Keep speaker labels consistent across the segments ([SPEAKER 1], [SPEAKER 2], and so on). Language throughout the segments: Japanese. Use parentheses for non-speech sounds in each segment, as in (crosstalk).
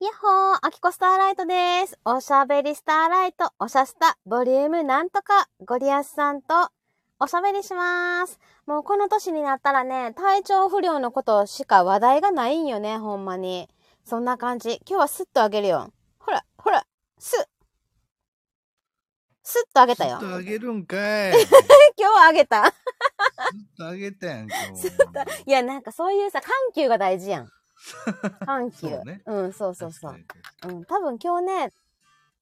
[SPEAKER 1] やっほー、アキコスターライトです。おしゃべりスターライト、おしゃスタ、ボリュームなんとか、ゴリアスさんと、おしゃべりします。もうこの年になったらね、体調不良のことしか話題がないんよね、ほんまに。そんな感じ。今日はスッとあげるよ。ほら、ほら、スッ。スッとあげたよ。
[SPEAKER 2] ずっと
[SPEAKER 1] 今
[SPEAKER 2] あげる
[SPEAKER 1] (laughs)
[SPEAKER 2] んかい。ずっ
[SPEAKER 1] 日はあげた。
[SPEAKER 2] とあげたやん、今日。
[SPEAKER 1] いや、なんかそういうさ、緩急が大事やん。緩急。
[SPEAKER 2] (laughs) そうね
[SPEAKER 1] うん、そうそうそう。
[SPEAKER 2] 確かに
[SPEAKER 1] うん、多分今日ね、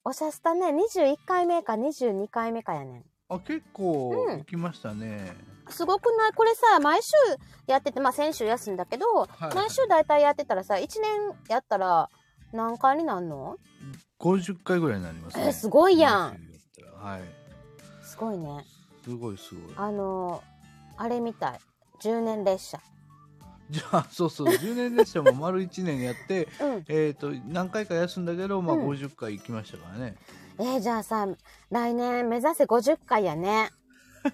[SPEAKER 1] おしゃスタね、21回目か22回目かやねん。
[SPEAKER 2] あ、結構
[SPEAKER 1] うん
[SPEAKER 2] 行きましたね。
[SPEAKER 1] すごくないこれさ、毎週やってて、まあ先週休んだけど、
[SPEAKER 2] い
[SPEAKER 1] 毎週だいたいやってたらさ、1年やったら何回になんの
[SPEAKER 2] 50回ぐらいになります、ね。
[SPEAKER 1] えすごいやん
[SPEAKER 2] この週やったら。はい。
[SPEAKER 1] すごいね。
[SPEAKER 2] すごいすごい。
[SPEAKER 1] あのー、あれみたい。10年列車。
[SPEAKER 2] じゃあ、そうそう、10年列車も丸1年やって、 (laughs)
[SPEAKER 1] うん。
[SPEAKER 2] えっと、何回か休んだけど、まあ
[SPEAKER 1] うん
[SPEAKER 2] 50回行きましたからね。
[SPEAKER 1] えーじゃあさ、来年目指せ50回やね。 (laughs)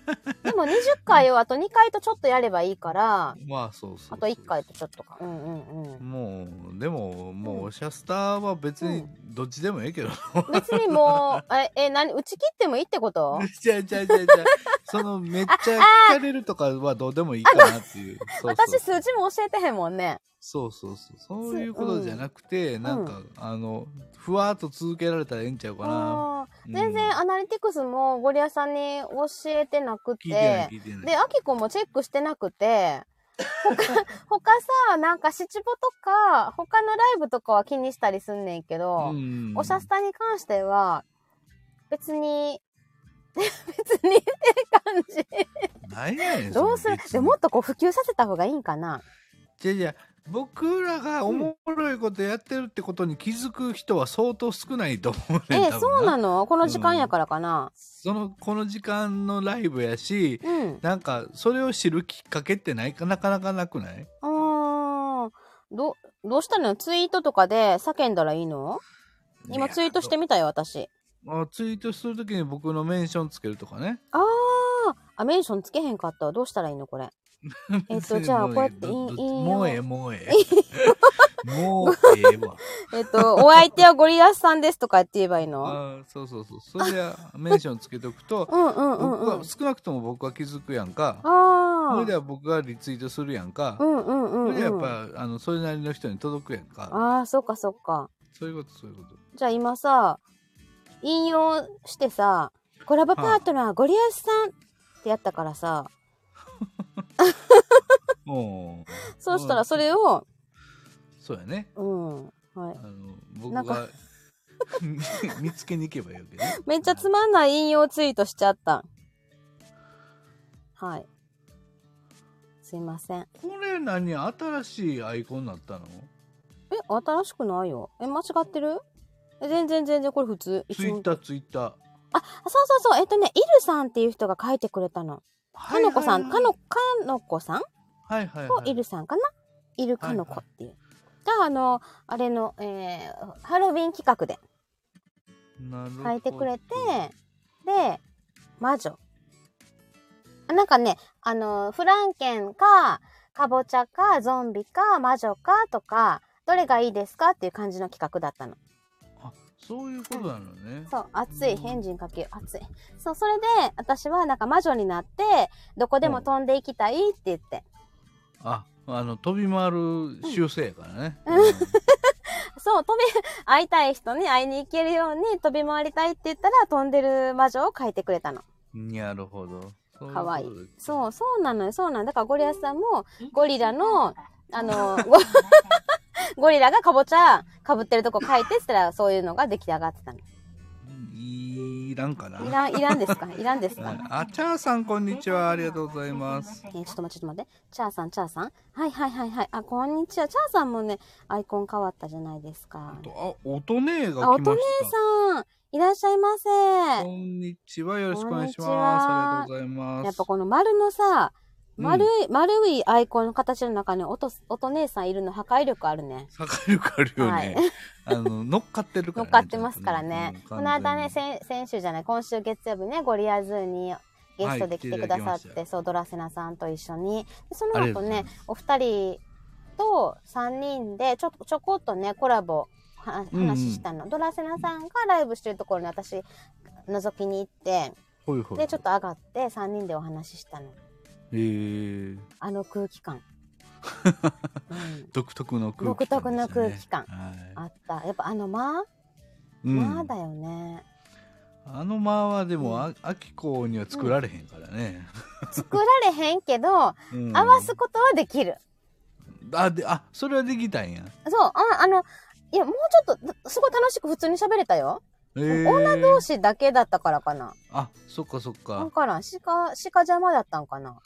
[SPEAKER 1] でも20回をあと2回とちょっとやればいいから、
[SPEAKER 2] まあ、そうそうそ
[SPEAKER 1] あ
[SPEAKER 2] う
[SPEAKER 1] と1回とちょっとか。うんうんうん。
[SPEAKER 2] もう、でも、もう、
[SPEAKER 1] うん
[SPEAKER 2] おしゃスターは別
[SPEAKER 1] う
[SPEAKER 2] に、どっちでもええけど。
[SPEAKER 1] 別にも
[SPEAKER 2] (laughs)
[SPEAKER 1] う、え、え、何、打ち切ってもいいってこと
[SPEAKER 2] じゃあ、じゃあ、じゃあ、じゃあ、その、めっちゃ聞かれるとかはどうでもいいかなっていう。そうそう
[SPEAKER 1] 私数字も教えてへんもんね。
[SPEAKER 2] そうそうそうそういうことじゃなくて、なんか、あのふわーっと続けられたらええんちゃうかな、
[SPEAKER 1] あー
[SPEAKER 2] うん
[SPEAKER 1] 全然アナリティクスもゴリアさんに教えてなく
[SPEAKER 2] 聞いてない
[SPEAKER 1] て、
[SPEAKER 2] 聞いてない
[SPEAKER 1] で、アキコもチェックしてなくて、
[SPEAKER 2] (laughs)
[SPEAKER 1] 他、他さ、なんか七五とか、他のライブとかは気にしたりすんねんけど、
[SPEAKER 2] うん
[SPEAKER 1] おしゃスタに関しては、別に、 (laughs) 別にって感じ。
[SPEAKER 2] ないやねん
[SPEAKER 1] どうするでもっとこう普及させた方がいいんかな
[SPEAKER 2] じゃじゃ僕らがおもろいことやってるってことに気づく人は相当少ないと思う
[SPEAKER 1] え
[SPEAKER 2] ねん、多分
[SPEAKER 1] そうな
[SPEAKER 2] の
[SPEAKER 1] のこの時間やからかな、
[SPEAKER 2] そのこの時間のライブやし
[SPEAKER 1] うん。
[SPEAKER 2] なんかそれを知るきっかけってないかなかなかなくない
[SPEAKER 1] あーど、どうしたのツイートとかで叫んだらいいの今ツイートしてみたよ、私。
[SPEAKER 2] あツイートするときに僕のメンションつけるとかね
[SPEAKER 1] あーあ、メンションつけへんかったわ。どうしたらいいの
[SPEAKER 2] (laughs)
[SPEAKER 1] これ。えっと、じゃあ、こうやっていい、いい
[SPEAKER 2] どど
[SPEAKER 1] よ
[SPEAKER 2] もうええ、もうええ。 (laughs) もうええ
[SPEAKER 1] (laughs)
[SPEAKER 2] わ。
[SPEAKER 1] えっと、お相手はゴリアスさんですとかって言えばいい
[SPEAKER 2] (laughs)
[SPEAKER 1] の
[SPEAKER 2] あーそうそうそう。それでメンションつけとくと、
[SPEAKER 1] うんうんうん
[SPEAKER 2] 僕
[SPEAKER 1] うん
[SPEAKER 2] は。少なくとも僕は気づくやんか。そ
[SPEAKER 1] あ
[SPEAKER 2] れで
[SPEAKER 1] あ。
[SPEAKER 2] は僕がリツイートするやんか
[SPEAKER 1] う。んうんう
[SPEAKER 2] そ
[SPEAKER 1] ん、
[SPEAKER 2] れではや
[SPEAKER 1] う
[SPEAKER 2] っ
[SPEAKER 1] ん。
[SPEAKER 2] ぱ、あの、それなりの人に届くやんか。
[SPEAKER 1] ああ、そっかそっか。
[SPEAKER 2] そういうこと、そういうこと。
[SPEAKER 1] じゃあ今さ、引用してさ、コラボパートナーゴリアスさんってやったからさ、
[SPEAKER 2] もう、
[SPEAKER 1] そうしたらそれを、
[SPEAKER 2] そうやね。
[SPEAKER 1] うん。はい
[SPEAKER 2] あ。の、僕
[SPEAKER 1] なん
[SPEAKER 2] (laughs) が
[SPEAKER 1] か
[SPEAKER 2] 見つけに行けばいいわけね。
[SPEAKER 1] めっちゃつまんない引用ツイートしちゃった。はい。すいません。え、
[SPEAKER 2] これ何新しいアイコンになったの
[SPEAKER 1] 新しくないよ。え、間違ってるえ、全然全然これ普通。いつ
[SPEAKER 2] ツイ
[SPEAKER 1] も
[SPEAKER 2] ッター、ツイッター。
[SPEAKER 1] あそうそうそう。えっとね、イルさんっていう人が書いてくれたの。かのこさん、
[SPEAKER 2] はい
[SPEAKER 1] か
[SPEAKER 2] はいはい
[SPEAKER 1] の、かのこさん
[SPEAKER 2] はいはい、
[SPEAKER 1] と
[SPEAKER 2] はい。
[SPEAKER 1] イルさんかな、イルかのこっていう。が、あの、あれの、えー、ハロウィン企画で
[SPEAKER 2] なるほど
[SPEAKER 1] 書いてくれて、で、魔女。あなんかね、あの、フランケンか、かぼちゃか、ゾンビか、魔女かとか、どれがいいですかっていう感じの企画だったの。
[SPEAKER 2] あそういうことなのね。
[SPEAKER 1] そう、熱い、変人かけ熱い。そう、それで、私はなんか魔女になって、どこでも飛んでいきたいって言って。
[SPEAKER 2] ああの飛び回る習性やからね。
[SPEAKER 1] そう、飛び、会いたい人に会いに行けるように飛び回りたいって言ったら、飛んでる魔女を書いてくれたの。
[SPEAKER 2] うんなるほど。そううこと
[SPEAKER 1] かわいいそう、そうなのよ、そうなの。だからゴリラさんも、ゴ
[SPEAKER 3] ゴ
[SPEAKER 1] リ
[SPEAKER 3] リ
[SPEAKER 1] ラ
[SPEAKER 3] ラ
[SPEAKER 1] の
[SPEAKER 3] の、
[SPEAKER 1] あ
[SPEAKER 3] あ
[SPEAKER 1] の
[SPEAKER 3] の、
[SPEAKER 1] ゴゴリラがかぼちゃかぶってるとこ書いてって言ったら、そういうのが出来上がってたの。
[SPEAKER 2] いらんか
[SPEAKER 1] い
[SPEAKER 2] な。
[SPEAKER 1] らん、いらんですかいらんですか
[SPEAKER 2] はいあちゃーさんこんにちはありがとうございます。
[SPEAKER 1] えーちょっと待って、ちょっと待って。チャーさん、チャーさん。はいはいはいはい。あ、こんにちは。チャーさんもね、アイコン変わったじゃないですか
[SPEAKER 2] あ。とあ音ねえが
[SPEAKER 1] あ、お
[SPEAKER 2] 来ま
[SPEAKER 1] とね
[SPEAKER 2] し
[SPEAKER 1] さん、いらっしゃいませ。
[SPEAKER 2] た。こんにちはよろしくお願いします。
[SPEAKER 1] こんにちは
[SPEAKER 2] ありがとうございます。
[SPEAKER 1] やっぱこの丸のさ、
[SPEAKER 2] うん
[SPEAKER 1] 丸い、丸いアイコンの形の中におと、おと姉さんいるの破壊力あるね。
[SPEAKER 2] 坂力あるよね。
[SPEAKER 1] はい
[SPEAKER 2] あの乗っかってるか
[SPEAKER 1] 乗
[SPEAKER 2] ら、
[SPEAKER 1] っかってますからね。
[SPEAKER 2] ちゃんと
[SPEAKER 1] この間ね、
[SPEAKER 2] 完全に
[SPEAKER 1] 先先週じゃない、今週月曜日ね、ゴリアズーにゲストで来てくださっ
[SPEAKER 2] はい来ていただきま
[SPEAKER 1] て、
[SPEAKER 2] した
[SPEAKER 1] そう、ドラセナさんと一緒に。でそ
[SPEAKER 2] あ
[SPEAKER 1] の
[SPEAKER 2] りが
[SPEAKER 1] 後
[SPEAKER 2] とうござい
[SPEAKER 1] ね
[SPEAKER 2] ます、
[SPEAKER 1] お二人と三人でちょ、ちょこっとね、コラボは
[SPEAKER 2] うんうん
[SPEAKER 1] 話したの、ドラセナさんがライブしてるところに私覗きに行って
[SPEAKER 2] ほいほい。
[SPEAKER 1] でちょっと上がって3人でお話ししたの
[SPEAKER 2] えー、
[SPEAKER 1] あの空気
[SPEAKER 2] (laughs)
[SPEAKER 1] 感、うん、
[SPEAKER 2] 独特の空気
[SPEAKER 1] 独特の空気感
[SPEAKER 2] ですねは
[SPEAKER 1] あったやっぱあの間、
[SPEAKER 2] いうん
[SPEAKER 1] 間だよね
[SPEAKER 2] あの間はでも、あ、あきこには作られへんからね。
[SPEAKER 1] 作られへんけど合
[SPEAKER 2] うん
[SPEAKER 1] わす。ことはできる
[SPEAKER 2] あ、で、あ、それはできたんや。
[SPEAKER 1] そうああのいやもうちょっとすごい楽しく普通に喋れたよ、
[SPEAKER 2] えー、
[SPEAKER 1] 女同士だけだったからかな
[SPEAKER 2] あ、そっかそっ
[SPEAKER 1] だ
[SPEAKER 2] か。
[SPEAKER 1] からん鹿鹿邪魔だったんかな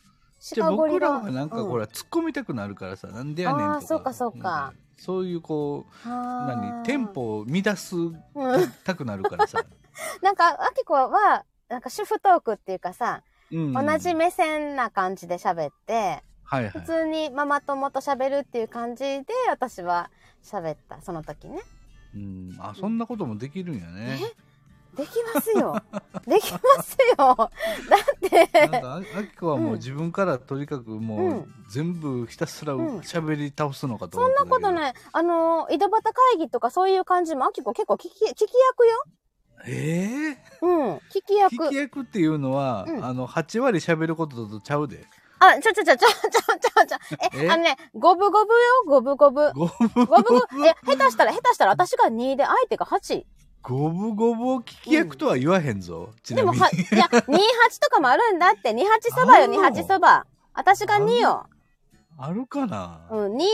[SPEAKER 2] じゃあ
[SPEAKER 1] 鹿
[SPEAKER 2] 僕らはなんか
[SPEAKER 1] うん
[SPEAKER 2] ほら、突っ込みたくなるからさ、なんでやねんとか。
[SPEAKER 1] あーそうかそうか
[SPEAKER 2] なんそういうこう、
[SPEAKER 1] あ
[SPEAKER 2] 何、
[SPEAKER 1] ー
[SPEAKER 2] テンポを乱す
[SPEAKER 1] うん
[SPEAKER 2] たくなるか
[SPEAKER 1] (laughs)
[SPEAKER 2] らさ。
[SPEAKER 1] なんか、あきこは、なんか主婦トークっていうかさ、
[SPEAKER 2] うん
[SPEAKER 1] 同じ目線な感じで喋って、
[SPEAKER 2] はいは
[SPEAKER 1] 普
[SPEAKER 2] い。
[SPEAKER 1] 通にママ友と喋るっていう感じで、私は喋った、その時ね。
[SPEAKER 2] うん、あ、そんなこともできるんやね。
[SPEAKER 1] できます
[SPEAKER 2] (laughs)
[SPEAKER 1] よ。できますよ。だ
[SPEAKER 2] な
[SPEAKER 1] っ
[SPEAKER 2] ん
[SPEAKER 1] て、 (laughs)
[SPEAKER 2] かああきこはもう自分からとにかく
[SPEAKER 1] う
[SPEAKER 2] もうん全部ひたすら
[SPEAKER 1] うん
[SPEAKER 2] 喋り倒すのかと
[SPEAKER 1] そ
[SPEAKER 2] 思っ
[SPEAKER 1] ん
[SPEAKER 2] て
[SPEAKER 1] な
[SPEAKER 2] たけど
[SPEAKER 1] ことない。あの、井戸端会議とかそういう感じも、あきこ結構聞き、聞き役よ。
[SPEAKER 2] え
[SPEAKER 1] うん。聞き
[SPEAKER 2] え
[SPEAKER 1] 役。
[SPEAKER 2] 聞き役っていうのは、
[SPEAKER 1] うん
[SPEAKER 2] あの8割喋ることとちゃうで
[SPEAKER 1] あ、ちょちょちょちょちょちょちょ。え、
[SPEAKER 2] え
[SPEAKER 1] あのね、五分五分よ、五分五分。
[SPEAKER 2] 五
[SPEAKER 1] 五分五分。え、下手したら、下手したら私が2で相手が8。
[SPEAKER 2] 五分五分を聞き役とは言わへんぞ、ち
[SPEAKER 1] で
[SPEAKER 2] な
[SPEAKER 1] も
[SPEAKER 2] みに
[SPEAKER 1] は、いや、28とかもあるんだって。28そばよ、
[SPEAKER 2] あー
[SPEAKER 1] 28そば。私が2よ。
[SPEAKER 2] あるかな、
[SPEAKER 1] うん、2。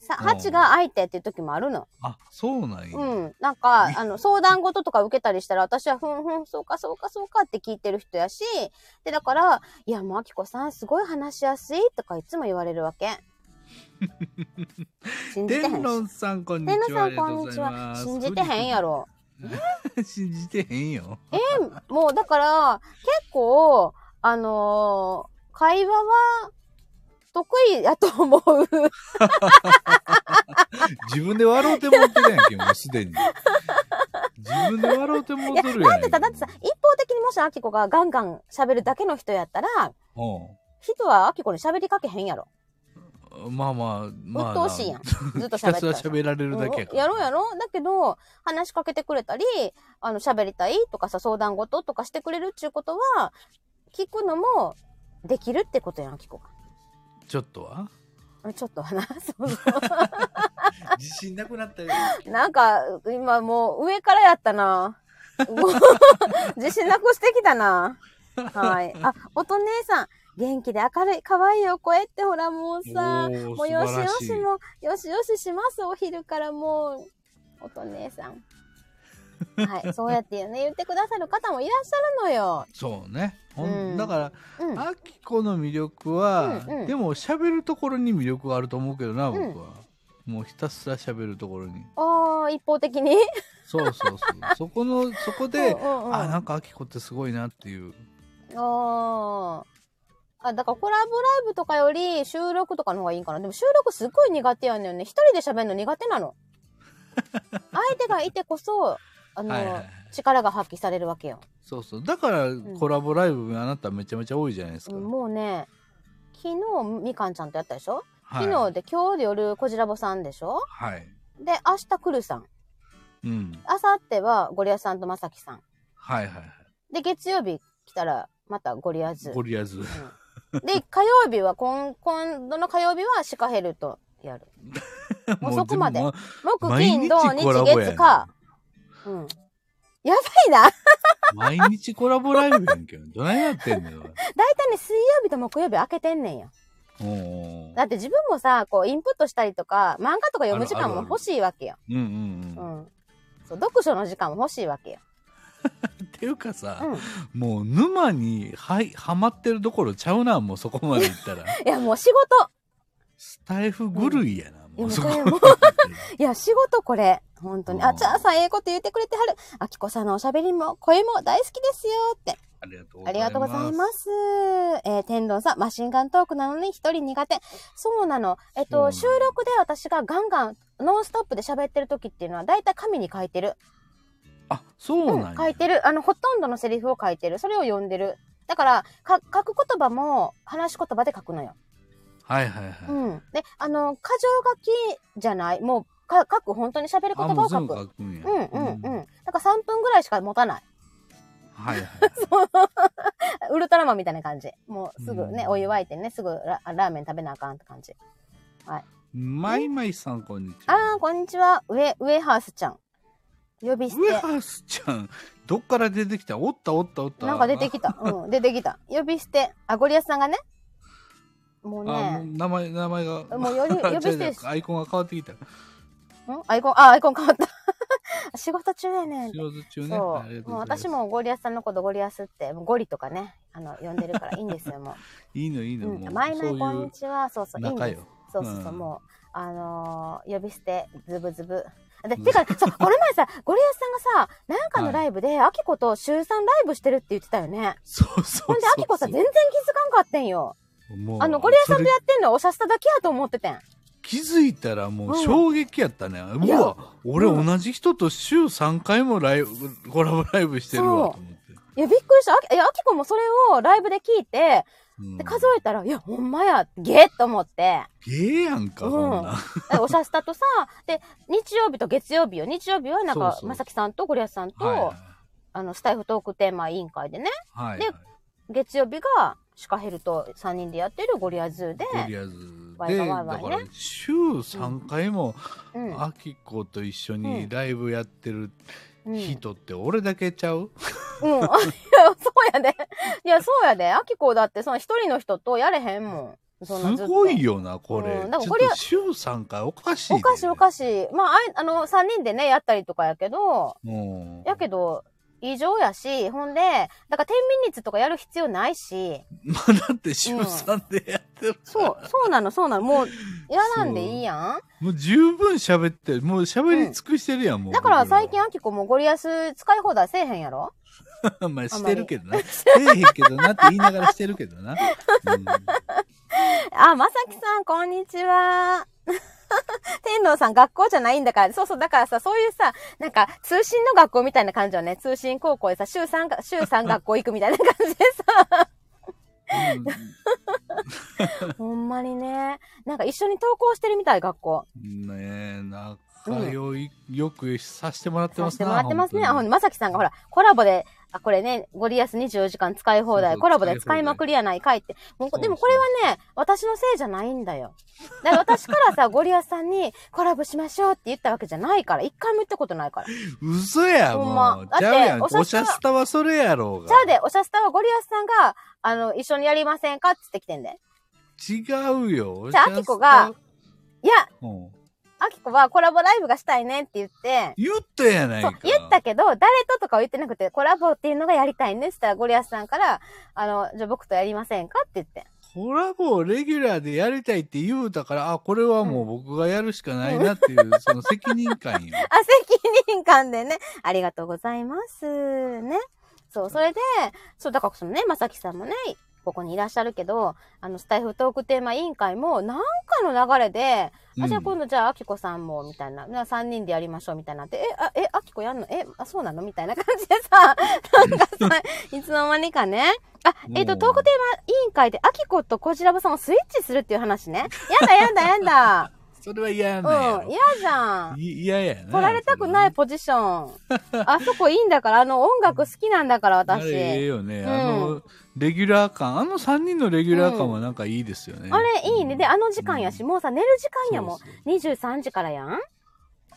[SPEAKER 1] さ、
[SPEAKER 2] うん
[SPEAKER 1] 8が相手っていう時もあるの。
[SPEAKER 2] あそうなんや、
[SPEAKER 1] うん。なんか、あの、相談事とか受けたりしたら、私は、ふんふん、そうか、そうか、そうかって聞いてる人やし、で、だから、いや、もう、あきこさん、すごい話しやすいとかいつも言われるわ
[SPEAKER 2] (laughs)
[SPEAKER 1] け。信じてへんし。
[SPEAKER 2] 天論さんこんに
[SPEAKER 1] 天
[SPEAKER 2] ち
[SPEAKER 1] 野さん、
[SPEAKER 2] はありが
[SPEAKER 1] こと
[SPEAKER 2] うん
[SPEAKER 1] に
[SPEAKER 2] ござ
[SPEAKER 1] ち
[SPEAKER 2] いま
[SPEAKER 1] は。
[SPEAKER 2] す
[SPEAKER 1] 信じてへんやろ。
[SPEAKER 2] (laughs) 信じてへんよ
[SPEAKER 1] えーもうだから、結構、あのー会話は、得意やと思う。
[SPEAKER 2] 自分で笑うてもうてるやんけもう
[SPEAKER 1] (laughs)
[SPEAKER 2] すでに自分で笑うてもう
[SPEAKER 1] いや、
[SPEAKER 2] てるや
[SPEAKER 1] だっ
[SPEAKER 2] ん
[SPEAKER 1] てさ、だってさ、一方的にもしアキコがガンガン喋るだけの人やったら、
[SPEAKER 2] う
[SPEAKER 1] 人はアキコに喋りかけへんやろ。
[SPEAKER 2] んまあまあまあ
[SPEAKER 1] 鬱陶しい
[SPEAKER 2] (laughs)
[SPEAKER 1] やん。ずっと
[SPEAKER 2] ひた
[SPEAKER 1] 喋っ
[SPEAKER 2] す
[SPEAKER 1] て
[SPEAKER 2] ら
[SPEAKER 1] らさ
[SPEAKER 2] 喋られるだけ
[SPEAKER 1] うんやろうや
[SPEAKER 2] ろ
[SPEAKER 1] ろだけど、話しかけてくれたり、あの、喋りたいとかさ、相談事とかしてくれるっていうことは、聞くのもできるってことやん、アキコが。
[SPEAKER 2] ちょっとは
[SPEAKER 1] うんちょっとはな、そうそう。
[SPEAKER 2] 自信なくな
[SPEAKER 1] (laughs)
[SPEAKER 2] ったよ
[SPEAKER 1] なんか、今もう上からやったな。もう自信なくしてきたな。はい。あ、おと姉さん、元気で明るい、可愛いお声ってほらもうさ、
[SPEAKER 2] おー
[SPEAKER 1] もうよしよ
[SPEAKER 2] 素
[SPEAKER 1] し
[SPEAKER 2] 晴ら
[SPEAKER 1] も、よしよしします、お昼からもう。おと姉さ
[SPEAKER 2] (laughs)
[SPEAKER 1] ん。はい、そうやってね、言ってくださる方もいらっしゃるのよ。
[SPEAKER 2] しいそうねほん
[SPEAKER 1] うん
[SPEAKER 2] だから
[SPEAKER 1] うん。
[SPEAKER 2] あきこの魅力は、
[SPEAKER 1] うんうん
[SPEAKER 2] でも喋るところに魅力があると思うけどな僕は、もうひたすら喋るところに
[SPEAKER 1] ああ、一方的に。
[SPEAKER 2] そうそ
[SPEAKER 1] (laughs)
[SPEAKER 2] うそうそこのそこで、
[SPEAKER 1] うんうんうん
[SPEAKER 2] あなんかあきこってすごいなっていう
[SPEAKER 1] ああ。あ、だからコラボライブとかより収録とかの方がいいんかな。でも収録すっごい苦手やねんね。一人で喋るの苦手
[SPEAKER 2] (laughs)
[SPEAKER 1] なの。相手がいてこそ、あの、
[SPEAKER 2] はいはいはい
[SPEAKER 1] 力が発揮されるわけよ。
[SPEAKER 2] そうそうだから、
[SPEAKER 1] ん
[SPEAKER 2] コラボライブあなためちゃめちゃ多いじゃないですか、
[SPEAKER 1] もうね、昨日みかんちゃんとやったでしょ、
[SPEAKER 2] はい、
[SPEAKER 1] 昨日で今日で夜こじらぼさんでしょ
[SPEAKER 2] はい
[SPEAKER 1] で、明日くるさん。
[SPEAKER 2] うん
[SPEAKER 1] 明後日はゴリアスさんとまさきさん。
[SPEAKER 2] はいはいはい
[SPEAKER 1] で、月曜日来たらまたゴリアズ。
[SPEAKER 2] ゴリアズ
[SPEAKER 1] うんで、火曜日は、今、 (laughs) 今度の火曜日はシカヘルとやる。もうそこまで
[SPEAKER 2] もう
[SPEAKER 1] 木、
[SPEAKER 2] 毎
[SPEAKER 1] 金、
[SPEAKER 2] 日
[SPEAKER 1] 土、日、
[SPEAKER 2] コラボやね
[SPEAKER 1] 月、火。うん。やばいな。 (laughs)
[SPEAKER 2] 全部毎日コラボライブやんけんどないなってんの
[SPEAKER 1] (laughs)
[SPEAKER 2] よ
[SPEAKER 1] 大体ね、水曜日と木曜日開けてんねんよ。
[SPEAKER 2] おうおう
[SPEAKER 1] だって自分もさ、こう、インプットしたりとか、漫画とか読む時間も欲しいわけよ。
[SPEAKER 2] うんうん
[SPEAKER 1] う
[SPEAKER 2] うん、っ
[SPEAKER 1] ん。そう、読書の時間も欲しいわけよ。
[SPEAKER 2] ていうかさ、
[SPEAKER 1] うん。い
[SPEAKER 2] もう沼にはいはまってるどころちゃうなもうそこまでいったら
[SPEAKER 1] や、もう仕事。
[SPEAKER 2] スタイフ狂いやな、
[SPEAKER 1] い
[SPEAKER 2] もう
[SPEAKER 1] や
[SPEAKER 2] そこ
[SPEAKER 1] もうこれも
[SPEAKER 2] (laughs)
[SPEAKER 1] いや、仕事これ。本当に。
[SPEAKER 2] う
[SPEAKER 1] あ、
[SPEAKER 2] ん
[SPEAKER 1] ちゃーさん、ええこと言ってくれてはる。あきこさんのおしゃべりも、声も大好きですよって。
[SPEAKER 2] ありがとう
[SPEAKER 1] ありがとうございますす。えー、天丼さん、マシンガントークなのに一人苦手。そうなの。えっ
[SPEAKER 2] そうな
[SPEAKER 1] と、
[SPEAKER 2] の
[SPEAKER 1] 収録で私がガンガン、ノンストップで喋ってる時っていうのは、だいたい紙に書いてる。
[SPEAKER 2] あそうなんや、
[SPEAKER 1] うん、書いてる。あの、ほとんどのセリフを書いてる。それを読んでる。だから、か書く言葉も、話し言葉で書くのよ。
[SPEAKER 2] はいはいはい、
[SPEAKER 1] うん。で、あの、箇条書きじゃない。もう、か書く、本当に喋る言
[SPEAKER 2] あ
[SPEAKER 1] 葉
[SPEAKER 2] も
[SPEAKER 1] を
[SPEAKER 2] う
[SPEAKER 1] 書
[SPEAKER 2] 全部
[SPEAKER 1] く。
[SPEAKER 2] 書くんや。
[SPEAKER 1] うんうんうん。
[SPEAKER 2] はい
[SPEAKER 1] だから3分ぐらいしか持たない。 (laughs)
[SPEAKER 2] はい。
[SPEAKER 1] ウルトラマンみたいな感じ。もうすぐね、
[SPEAKER 2] うん
[SPEAKER 1] お湯沸いてね、すぐララーメン食べなあかんって感じ。
[SPEAKER 2] マイマイさんこんにちは。
[SPEAKER 1] あー、こんにちは。ウェ、ウェハースちゃん。呼び捨
[SPEAKER 2] ウエ
[SPEAKER 1] て。
[SPEAKER 2] ハースちゃんどっから出てきた？おったおったおった。
[SPEAKER 1] なんか出てきた。うん、出てきた。呼び捨て。あ、ゴリアスさんがね。もう
[SPEAKER 2] あもう
[SPEAKER 1] ね、
[SPEAKER 2] 名前名前が。
[SPEAKER 1] もう
[SPEAKER 2] (laughs)
[SPEAKER 1] より呼び捨てです。
[SPEAKER 2] アイコンが変わってきた。
[SPEAKER 1] んアイコン、あ、アイコン変わった。 (laughs) 仕事中やねん。
[SPEAKER 2] 仕事中ね。
[SPEAKER 1] そ
[SPEAKER 2] ありが
[SPEAKER 1] う。
[SPEAKER 2] と
[SPEAKER 1] もう
[SPEAKER 2] ございます
[SPEAKER 1] 私。もゴリアスさんのことゴリアスって、もうゴリとかね、あの、呼んでるからいいんですよ、も。
[SPEAKER 2] (laughs) いいのいいうの
[SPEAKER 1] う
[SPEAKER 2] も
[SPEAKER 1] ん。
[SPEAKER 2] う。
[SPEAKER 1] マイ
[SPEAKER 2] そ
[SPEAKER 1] マ
[SPEAKER 2] う
[SPEAKER 1] イ
[SPEAKER 2] い
[SPEAKER 1] こんに
[SPEAKER 2] う
[SPEAKER 1] ちは。そうそう、いいん
[SPEAKER 2] 仲
[SPEAKER 1] です
[SPEAKER 2] よ。
[SPEAKER 1] そうそうそう、
[SPEAKER 2] うん
[SPEAKER 1] もう、あのー呼び捨て、ズブズブ。で、てか、
[SPEAKER 2] (laughs)
[SPEAKER 1] そう、この前さ、ゴリアスさんがさ、なんかのライブで、アキコと週3ライブしてるって言ってたよね。
[SPEAKER 2] そうそう。
[SPEAKER 1] ほんで、アキコさ、全然気づかんかってんよ。
[SPEAKER 2] もう
[SPEAKER 1] あの、ゴリアスさん
[SPEAKER 2] そ
[SPEAKER 1] と
[SPEAKER 2] れ
[SPEAKER 1] やってんのはおしゃスタだけやと思っててん。
[SPEAKER 2] 気づいたらもう
[SPEAKER 1] うん
[SPEAKER 2] 衝撃やったね、
[SPEAKER 1] いうや
[SPEAKER 2] わ俺
[SPEAKER 1] うん
[SPEAKER 2] 同じ人と週3回もライブコラボライブしてるわと思って、
[SPEAKER 1] いや、びっくりした。あきいや、アキコもそれをライブで聞いて、
[SPEAKER 2] うん
[SPEAKER 1] で、数えたら、いや、ほんまや、ゲーと思
[SPEAKER 2] (laughs)
[SPEAKER 1] って。
[SPEAKER 2] ゲーやんか、
[SPEAKER 1] うん
[SPEAKER 2] こんなん
[SPEAKER 1] えおしゃスタとさ、で、日曜日と月曜日よ。日曜日は、なん
[SPEAKER 2] そ
[SPEAKER 1] か
[SPEAKER 2] う、そう
[SPEAKER 1] まさきさんとゴリアスさんと、
[SPEAKER 2] はい
[SPEAKER 1] あの、スタイフトークテーマ委員会でね、
[SPEAKER 2] はい、はい
[SPEAKER 1] で月曜日が、シカヘルと3人でやってるゴリアズーで、
[SPEAKER 2] とりあえず
[SPEAKER 1] ワ
[SPEAKER 2] で
[SPEAKER 1] イ
[SPEAKER 2] だ
[SPEAKER 1] ワイ
[SPEAKER 2] か
[SPEAKER 1] ワイワイね
[SPEAKER 2] ら週3回も
[SPEAKER 1] うん。
[SPEAKER 2] あきこと一緒
[SPEAKER 1] う
[SPEAKER 2] に
[SPEAKER 1] ん
[SPEAKER 2] ライブやってる
[SPEAKER 1] うん、うん、
[SPEAKER 2] 人って俺だけちゃう、
[SPEAKER 1] (laughs) いや、そうやで。いや、そうやで。アキコだって、その一人の人とやれへんもん。そんなず
[SPEAKER 2] す
[SPEAKER 1] っと
[SPEAKER 2] ごいよなこれ、
[SPEAKER 1] うんだから
[SPEAKER 2] ち
[SPEAKER 1] こ
[SPEAKER 2] ょ
[SPEAKER 1] れ
[SPEAKER 2] っと週3回おかしい、
[SPEAKER 1] おかしいおか
[SPEAKER 2] し
[SPEAKER 1] しい。まあ、あいあの、3人でね、やったりとかやけど、
[SPEAKER 2] い、うん、
[SPEAKER 1] やけど、異常やし、ほんで、だから、天秤率とかやる必要ないし、
[SPEAKER 2] まあだって週3でやってる、
[SPEAKER 1] そう、そうなの、そうなの。もう、やらんでいいやん。
[SPEAKER 2] もう十分喋ってるもう喋り尽くしてるやん、もう
[SPEAKER 1] だから最
[SPEAKER 2] 僕
[SPEAKER 1] 近アキコもゴリアス使い放題せえへんやろ
[SPEAKER 2] ら (laughs) まあしてるけ
[SPEAKER 1] (laughs)
[SPEAKER 2] どなしてへんけどなって言いながらしてるけどな、うん
[SPEAKER 1] あ、まさきさん、こんにちは。 (laughs) 天童さん、学校じゃないんだから、そうそう、だからさ、そういうさ、なんか、通信の学校みたいな感じよね。通信高校でさ、週3が、週3学校行くみたいな感じで
[SPEAKER 2] (laughs)
[SPEAKER 1] さ、ほんまにね。なんか一緒に登校してるみたい、学校。
[SPEAKER 2] うん、ねえ仲良い、よくさせてもらってま
[SPEAKER 1] さ
[SPEAKER 2] す
[SPEAKER 1] せても
[SPEAKER 2] な
[SPEAKER 1] らってますね。あ、ほん
[SPEAKER 2] 本
[SPEAKER 1] で、まさきさんがほら、コラボで、あ、これね、ゴリアス24時間使い放
[SPEAKER 2] そう
[SPEAKER 1] 題、
[SPEAKER 2] そう
[SPEAKER 1] コラボで使いまくりやないかいって。もう
[SPEAKER 2] そうそう
[SPEAKER 1] でもこれはね、私のせいじゃないんだよ。だから私からさ、ゴリアスさんにコラボしましょうって言ったわけじゃないから、一回も言ったことないから。ち
[SPEAKER 2] 当に嘘や
[SPEAKER 1] ほん
[SPEAKER 2] も
[SPEAKER 1] ま
[SPEAKER 2] う
[SPEAKER 1] だって
[SPEAKER 2] ちゃうやん
[SPEAKER 1] おしゃ
[SPEAKER 2] おしゃスタはそれやろうが
[SPEAKER 1] ゃうで、おしゃスタはゴリアスさんが、あの、一緒にやりませんかってってきてんで。
[SPEAKER 2] 違うよ
[SPEAKER 1] じゃあ
[SPEAKER 2] おしスタ
[SPEAKER 1] アキコがいや、
[SPEAKER 2] うん
[SPEAKER 1] アキコはコラボライブがしたいねって言って、
[SPEAKER 2] 言ったやない
[SPEAKER 1] そ
[SPEAKER 2] か
[SPEAKER 1] う、言ったけど、誰ととかは言ってなくて、コラボっていうのがやりたいねって言ったら、ゴリアスさんから、あの、じゃあ僕とやりませんかって言って。
[SPEAKER 2] コラボをレギュラーでやりたいって言うたからあこれはもう僕がやるしかないな
[SPEAKER 1] (laughs)
[SPEAKER 2] っていう、その責任感よ
[SPEAKER 1] あ、責任感でね。ありがとうございます。ね。そう、それで、そう、だからそのね、まさきさんもね、ここにいらっしゃるけど、あの、スタイフトークテーマ委員会も、なんかの流れで、
[SPEAKER 2] うん
[SPEAKER 1] あ、じゃあ今度じゃあ、あきこさんも、みたいな、な3人でやりましょう、みたいになって、え、あ、え、あきこやんのえ、あ、そうなのみたいな感じで
[SPEAKER 2] (laughs)
[SPEAKER 1] さ、なんかさ、いつの間にかね、あ、えっ、
[SPEAKER 2] も
[SPEAKER 1] と、
[SPEAKER 2] う
[SPEAKER 1] トークテーマ委員会で、あきことこじらぶさんをスイッチするっていう話ね。やだやだ
[SPEAKER 2] (laughs)
[SPEAKER 1] やだ。
[SPEAKER 2] それは嫌なんや
[SPEAKER 1] うん、
[SPEAKER 2] ろ
[SPEAKER 1] 嫌じゃん。
[SPEAKER 2] い嫌やな
[SPEAKER 1] 取られたくないポジション。あそこいいんだから、あの音楽好きなんだから、
[SPEAKER 2] あれえ
[SPEAKER 1] 私。
[SPEAKER 2] えよね、
[SPEAKER 1] ん
[SPEAKER 2] あのレギュラー感あの3人のレギュラー感
[SPEAKER 1] う
[SPEAKER 2] はなんかいいですよね、
[SPEAKER 1] あれいいね。で、あの時間やし、もうさ、寝る時間やもん
[SPEAKER 2] そう。
[SPEAKER 1] 23時からやん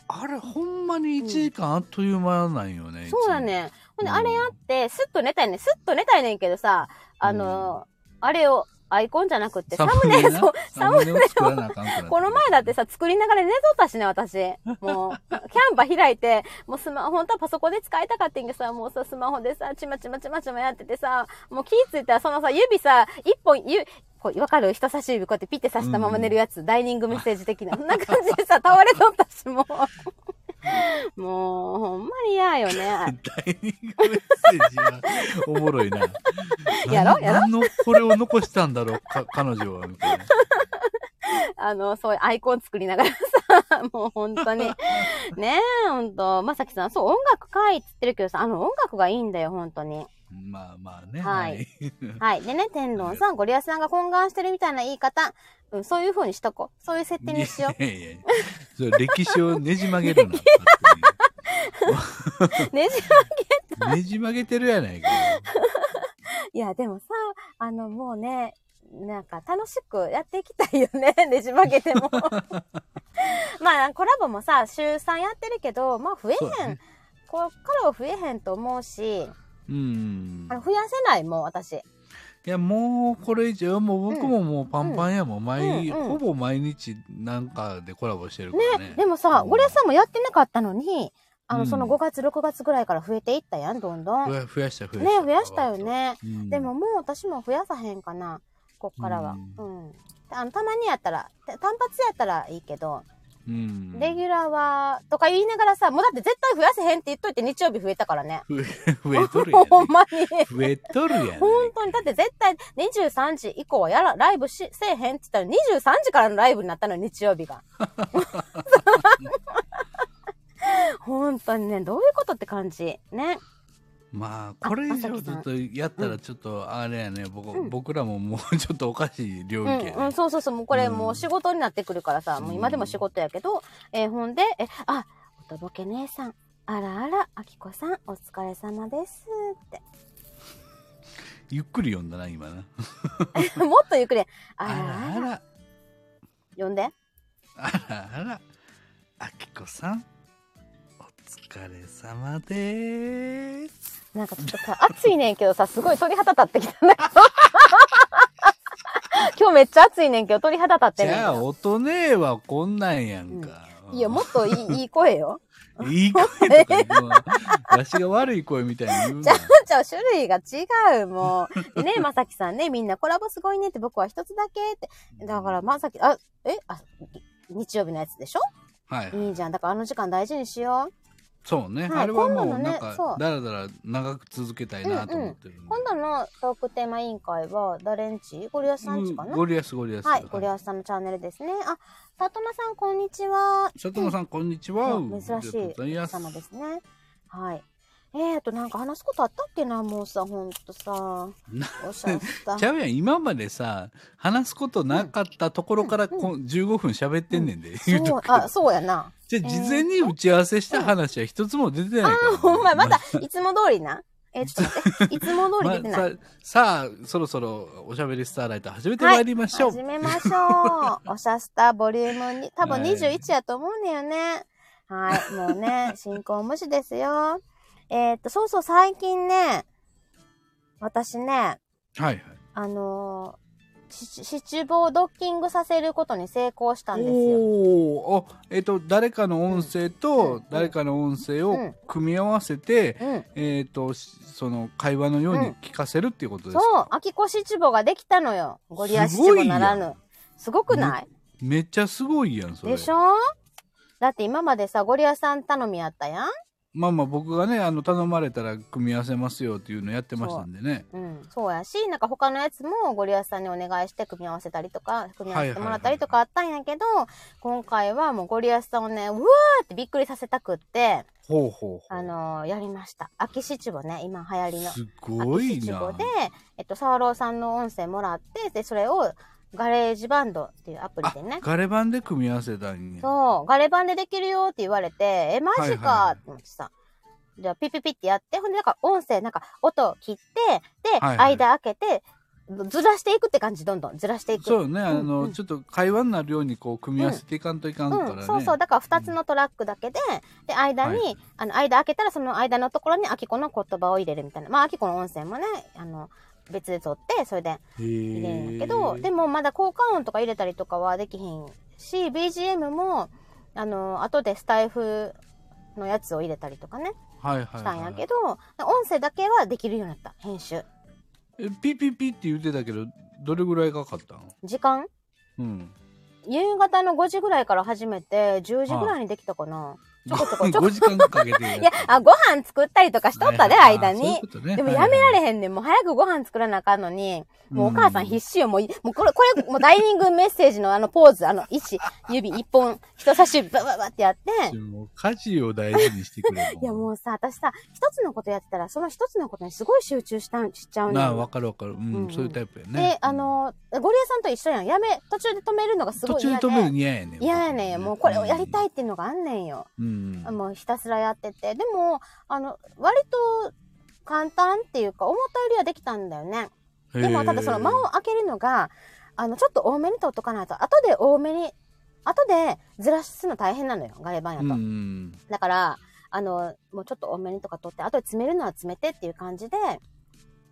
[SPEAKER 2] あれほんまに1時間あっという間なんよね、
[SPEAKER 1] そうだね。ほんで、あれや
[SPEAKER 2] っ
[SPEAKER 1] って、スッと寝たいね。スッと寝たいねんけどさ、あの、あれを、アイコンじゃなくって、サムネ、そう、サムネ、
[SPEAKER 2] ネを作らなあかんくなって
[SPEAKER 1] この前だってさ、作りながら寝とったしね、私。もう、キャンパ開いて、もうスマホ、本当はパソコンで使いたかったんやけどさ、もうさ、スマホでさ、ちまちまちまちまやっててさ、もう気ぃついたら、そのさ、指さ、一本、ゆ、こう、わかる人差し指こうやってピッて刺したまま寝るやつ、ダイニングメッセージ的 (laughs) な、そんな感じでさ、倒れとったし、もう。もう、ほんまに嫌よね。
[SPEAKER 2] (laughs) ダイニングメッセージがおもろいな
[SPEAKER 1] (laughs) やろやろ
[SPEAKER 2] (laughs) 何のこれを残したんだろうか彼女はみたいな
[SPEAKER 1] あの、そういうアイコン作りながらさ、 (laughs) もう本当
[SPEAKER 2] (laughs)
[SPEAKER 1] に。ねえ、本当まさきさん、そう、音楽かいっつってるけどさ、あの音楽がいいんだよ、本当に。
[SPEAKER 2] まあまあね。
[SPEAKER 1] はいはい。でね、天丼さん、ゴリアスさんが懇願してるみたいな言い方、うん、そういう風にしとこう。そういう設定にしよう。
[SPEAKER 2] いやいやいやそれ歴史をねじ曲げるな。
[SPEAKER 1] ねじ (laughs)
[SPEAKER 2] ねじ曲げてるやないか。
[SPEAKER 1] いや、でもさ、あの、もうね、なんか楽しくやっていきたいよね。 (laughs) ねじ曲げて
[SPEAKER 2] (laughs)
[SPEAKER 1] も。まあ、コラボもさ、週3やってるけど、まあ増え
[SPEAKER 2] そう
[SPEAKER 1] へ
[SPEAKER 2] だ
[SPEAKER 1] ん。
[SPEAKER 2] ね
[SPEAKER 1] こっからは増えへんと思うし、
[SPEAKER 2] うん
[SPEAKER 1] あ。の増やせないもん、私。
[SPEAKER 2] いや、もうこれ以上、もう僕ももうパンパンやもん。毎、
[SPEAKER 1] うんうん
[SPEAKER 2] ほぼ毎日なんかでコラボしてるからね。
[SPEAKER 1] ね、でもさ、
[SPEAKER 2] うん
[SPEAKER 1] ゴリアスさんもやってなかったのに、あの、
[SPEAKER 2] うん
[SPEAKER 1] その5月、6月ぐらいから増えていったやん、どんどん。
[SPEAKER 2] 増
[SPEAKER 1] ね、
[SPEAKER 2] や増やした増やした。
[SPEAKER 1] 増やしたよ。ね。
[SPEAKER 2] うん、
[SPEAKER 1] でももう私も増やさへんかな、こっからは。う。
[SPEAKER 2] うん
[SPEAKER 1] あのたまにやったら、た単発やったらいいけど、
[SPEAKER 2] うん、
[SPEAKER 1] レギュラーは、とか言いながらさ、もうだって絶対増やせへんって言っといて日曜日増えたからね。
[SPEAKER 2] 増え増えとるや (laughs)
[SPEAKER 1] (laughs) ほん
[SPEAKER 2] ん、
[SPEAKER 1] まに。
[SPEAKER 2] 増えとるやん、
[SPEAKER 1] 本当に、だって絶対23時以降はやら、ライブし、せえへんって言ったら23時からのライブになったのよ、日曜 (laughs) 日が。本当にね、どういうことって感じ。ね。
[SPEAKER 2] まあこれ以
[SPEAKER 1] あま
[SPEAKER 2] 上
[SPEAKER 1] さき
[SPEAKER 2] ず
[SPEAKER 1] さん
[SPEAKER 2] っとやった
[SPEAKER 1] うん
[SPEAKER 2] らちょっとあれやね、僕
[SPEAKER 1] うん
[SPEAKER 2] 僕らももうちょっとおかしい
[SPEAKER 1] う
[SPEAKER 2] 領域
[SPEAKER 1] ん
[SPEAKER 2] や、
[SPEAKER 1] う
[SPEAKER 2] ね
[SPEAKER 1] ん、そうそうそう、もうこれ
[SPEAKER 2] うん
[SPEAKER 1] もう仕事になってくるからさ、もう今でも仕事やけど、えーほんで、え、あ、おとぼけ姉さん、あらあら、あきこさん、お疲れ様 (laughs) ですって。
[SPEAKER 2] ゆっくり読んだな今な
[SPEAKER 1] もっとゆっくり、あ
[SPEAKER 2] あ
[SPEAKER 1] ら
[SPEAKER 2] ら
[SPEAKER 1] あ
[SPEAKER 2] あ
[SPEAKER 1] ら、
[SPEAKER 2] ら
[SPEAKER 1] 呼んで。
[SPEAKER 2] あらあらあきこさんお疲れ様でーす
[SPEAKER 1] なんかちょっとさ、暑いねんけどさ、すごい鳥肌立ってきたね。 (laughs) 今日めっちゃ暑いねんけど、鳥肌立って
[SPEAKER 2] じ
[SPEAKER 1] る
[SPEAKER 2] ゃあ音ねえはこんなんやんか、
[SPEAKER 1] いや、もっといい、いい声よ。 (laughs)
[SPEAKER 2] いい声とか言うわわしが悪い声みたいに言
[SPEAKER 1] (laughs)
[SPEAKER 2] う
[SPEAKER 1] じゃ
[SPEAKER 2] な
[SPEAKER 1] あ、じゃあ、種類が違う、もう。でね、まさきさんね、みんなコラボすごいねって、僕は一つだけって。だから、まさき、あ、え、あ、日曜日のやつでしょ
[SPEAKER 2] はい、
[SPEAKER 1] いいじゃん。だから、あの時間大事にしよう。
[SPEAKER 2] そうね、
[SPEAKER 1] はい
[SPEAKER 2] あれはも
[SPEAKER 1] 今度の
[SPEAKER 2] う
[SPEAKER 1] ね
[SPEAKER 2] なん
[SPEAKER 1] そ
[SPEAKER 2] か
[SPEAKER 1] う
[SPEAKER 2] だらだら長く続けたいなと思ってるんで、
[SPEAKER 1] 今度のトークテーマ委員会は、誰んちゴリアスさんちか
[SPEAKER 2] うん
[SPEAKER 1] な
[SPEAKER 2] ゴリアスゴリアス
[SPEAKER 1] はい、ゴリアスさんのチャンネルですね。あ、里間さん、こんにちは。
[SPEAKER 2] 佐藤さん、こんにちは。
[SPEAKER 1] ね珍し
[SPEAKER 2] ありがとうござい
[SPEAKER 1] い
[SPEAKER 2] ま
[SPEAKER 1] 奥
[SPEAKER 2] す
[SPEAKER 1] 様ですね。はい。えーと、なんか話すことあったっけな、もうさ、ほんとさ。おしゃった
[SPEAKER 2] ち。ゃうやん、今までさ、話すことなかったところからこ、15分喋ってんねんで、言う
[SPEAKER 1] そ
[SPEAKER 2] と
[SPEAKER 1] う
[SPEAKER 2] く、けど
[SPEAKER 1] あ、そうやな。
[SPEAKER 2] じゃあ、事前に打ち合わせした話は一つも出てないから、
[SPEAKER 1] ほんまや、まだ、いつも通りな。えーちょっと待って。いつも通り出て
[SPEAKER 2] ま
[SPEAKER 1] ない。
[SPEAKER 2] あささあ、そろそろ、おしゃべりスターライト始めてまいりましょう。
[SPEAKER 1] 始めましょう。おしゃスタボリュームに、多分
[SPEAKER 2] はい
[SPEAKER 1] 21やと思うんだよね。はい、もうね、
[SPEAKER 2] (laughs)
[SPEAKER 1] 進行無視ですよ。えーっと、そうそう、最近ね、私ね、
[SPEAKER 2] はいはい。
[SPEAKER 1] あのー、し七望ドッキングさせることに成功したんですよ。
[SPEAKER 2] おーあえっ、と誰かの音声
[SPEAKER 1] うんう
[SPEAKER 2] と
[SPEAKER 1] ん
[SPEAKER 2] 誰かの音声
[SPEAKER 1] うん
[SPEAKER 2] を組み合わせて、
[SPEAKER 1] うん。
[SPEAKER 2] えっ、としその会話のように聞かせるっていうことです
[SPEAKER 1] そ
[SPEAKER 2] か、
[SPEAKER 1] う、秋子七望ができたのよ。ゴリラ七望ならぬ。すごくない
[SPEAKER 2] めっちゃすごいやんそれ
[SPEAKER 1] でしょだって今までさ、ゴリラさん頼みやったやん
[SPEAKER 2] まあまあ僕がねあの頼まれたら組み合わせますよっていうのやってましたんでね
[SPEAKER 1] うん。そうやし、なんか他のやつもゴリラさんにお願いして組み合わせたりとか、組み合わせてもらったりとかあったんやけど、今回はもうゴリラさんをね、うわーってびっくりさせたくって、
[SPEAKER 2] ほうほうほう
[SPEAKER 1] あのーやりました。秋七望ね、今流行りの。
[SPEAKER 2] すごい
[SPEAKER 1] 秋七五
[SPEAKER 2] な
[SPEAKER 1] で、えっと、沢朗さんの音声もらって、で、それをガレージバンドっていうアプリでね。
[SPEAKER 2] ガレ版で組み合わせたんや
[SPEAKER 1] そう、ガレ版でできるよって言われて、え、マジ
[SPEAKER 2] はいは
[SPEAKER 1] か
[SPEAKER 2] い
[SPEAKER 1] って思ってさ。じゃあ、ピッピッピってやって、ほんで、なんか音声、なんか音を切って、で、
[SPEAKER 2] はいはい
[SPEAKER 1] 間開けて、ずらしていくって感じ、どんどんずらしていく。
[SPEAKER 2] そうよねあの、
[SPEAKER 1] うん
[SPEAKER 2] ちょっと会話になるようにこう組み合わせていかんといかんからね、
[SPEAKER 1] うん、そうそう。だから二つのトラックだけで、で、間に、
[SPEAKER 2] はい
[SPEAKER 1] あの、間開けたらその間のところにアキコの言葉を入れるみたいな。まあ、アキコの音声もね、あの、別で撮って、それで
[SPEAKER 2] へー
[SPEAKER 1] 入れんやけど、でもまだ効果音とか入れたりとかはできひんし BGM もあの後でスタイフのやつを入れたりとかね
[SPEAKER 2] はいはいはい
[SPEAKER 1] したんやけど、音声だけはできるようになった編集
[SPEAKER 2] えピピピって言ってたけどどれぐらいかかったん
[SPEAKER 1] 時間
[SPEAKER 2] うん
[SPEAKER 1] 夕方の5時ぐらいから始めて10時ぐらいにできたかな、ちょこちょこちょこ
[SPEAKER 2] 5時間かけてや
[SPEAKER 1] いや、あ、ご飯作ったりとかしとったで、間に。で
[SPEAKER 2] で
[SPEAKER 1] もやめられ
[SPEAKER 2] ん。
[SPEAKER 1] へんねん。もう早くご飯作らなあかんのに。もうお母さん必
[SPEAKER 2] 死。
[SPEAKER 1] 死よ。もうい、もうこれ、これ、もうダイニングメッセージのあのポーズ、あの、一、指一本、人差し指、バババってやって。
[SPEAKER 2] もう家事を大事にしてくれ。
[SPEAKER 1] いやもうさ、私さ、一つのことやってたら、その一つのことにすごい集中したん、しちゃうねん
[SPEAKER 2] なあ、わかるわかる。う、
[SPEAKER 1] うんうんん
[SPEAKER 2] そういうタイプやね。
[SPEAKER 1] で、あの、ゴリエさんと一緒やん。やめ、途中で止めるのがす
[SPEAKER 2] 途
[SPEAKER 1] ごい
[SPEAKER 2] 中
[SPEAKER 1] 嫌
[SPEAKER 2] で
[SPEAKER 1] で。
[SPEAKER 2] 止めるの嫌やねん。
[SPEAKER 1] 嫌やねん。もうこれをやりた
[SPEAKER 2] い。
[SPEAKER 1] いっていうのがあんねんよ。
[SPEAKER 2] うん。
[SPEAKER 1] もうひたすらやってて。でも、あの、割と簡単っていうか、思ったよりはできたんだよね。でも、ただその間を空けるのが、あの、ちょっと多めに取っとかないと、後で多めに、後でずらすの大変なのよ、ガレ版や
[SPEAKER 2] へ
[SPEAKER 1] と。
[SPEAKER 2] ーうん。
[SPEAKER 1] だから、あの、もうちょっと多めにとか取って、後で詰めるのは詰めてっていう感じで、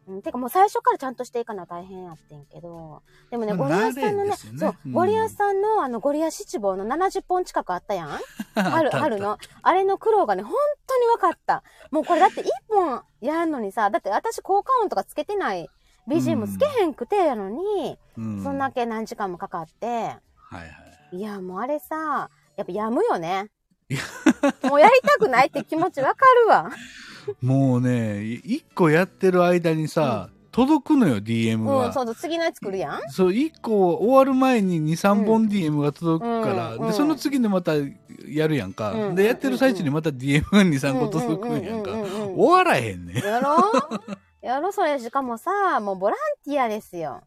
[SPEAKER 1] うん、てかもう最初からちゃんとしていかな大変やってんけど、でもね、
[SPEAKER 2] ま
[SPEAKER 1] ゴ
[SPEAKER 2] あ
[SPEAKER 1] リアスさんの
[SPEAKER 2] 慣れ
[SPEAKER 1] ね、
[SPEAKER 2] ですよね
[SPEAKER 1] そう
[SPEAKER 2] う、ん
[SPEAKER 1] ゴリアスさんのあの、ゴリア七望の70本近 (laughs) くあ
[SPEAKER 2] (laughs)
[SPEAKER 1] ったやん春、春
[SPEAKER 2] あっ
[SPEAKER 1] の。あれの苦労がね、本当に分かった。もうこれだって一本やるのにさ、だって私効果音とかつけてない BGM つけへんくてやのに、
[SPEAKER 2] た。うん
[SPEAKER 1] そんだ。け何時間もかかって、
[SPEAKER 2] はいはい。
[SPEAKER 1] いや、もうあれさ、やっぱやむよ
[SPEAKER 2] (laughs)
[SPEAKER 1] ね。もうやりたくないって気持ち分かるわ。
[SPEAKER 2] もうね、い一個やってる間にさ、届くのよ、DM が。
[SPEAKER 1] うん、そうそう、次のやつ来るやん。
[SPEAKER 2] そう1個終わる前に23本 DM が届くから、
[SPEAKER 1] うんうん
[SPEAKER 2] でその次でまたやるやんか、
[SPEAKER 1] うん
[SPEAKER 2] でやってる最中にまた DM が23個届くんやんか、
[SPEAKER 1] うんうんうんうんうん
[SPEAKER 2] 終わらへんね
[SPEAKER 1] やろやろそれ、しかもさ、もうボランティアですよ。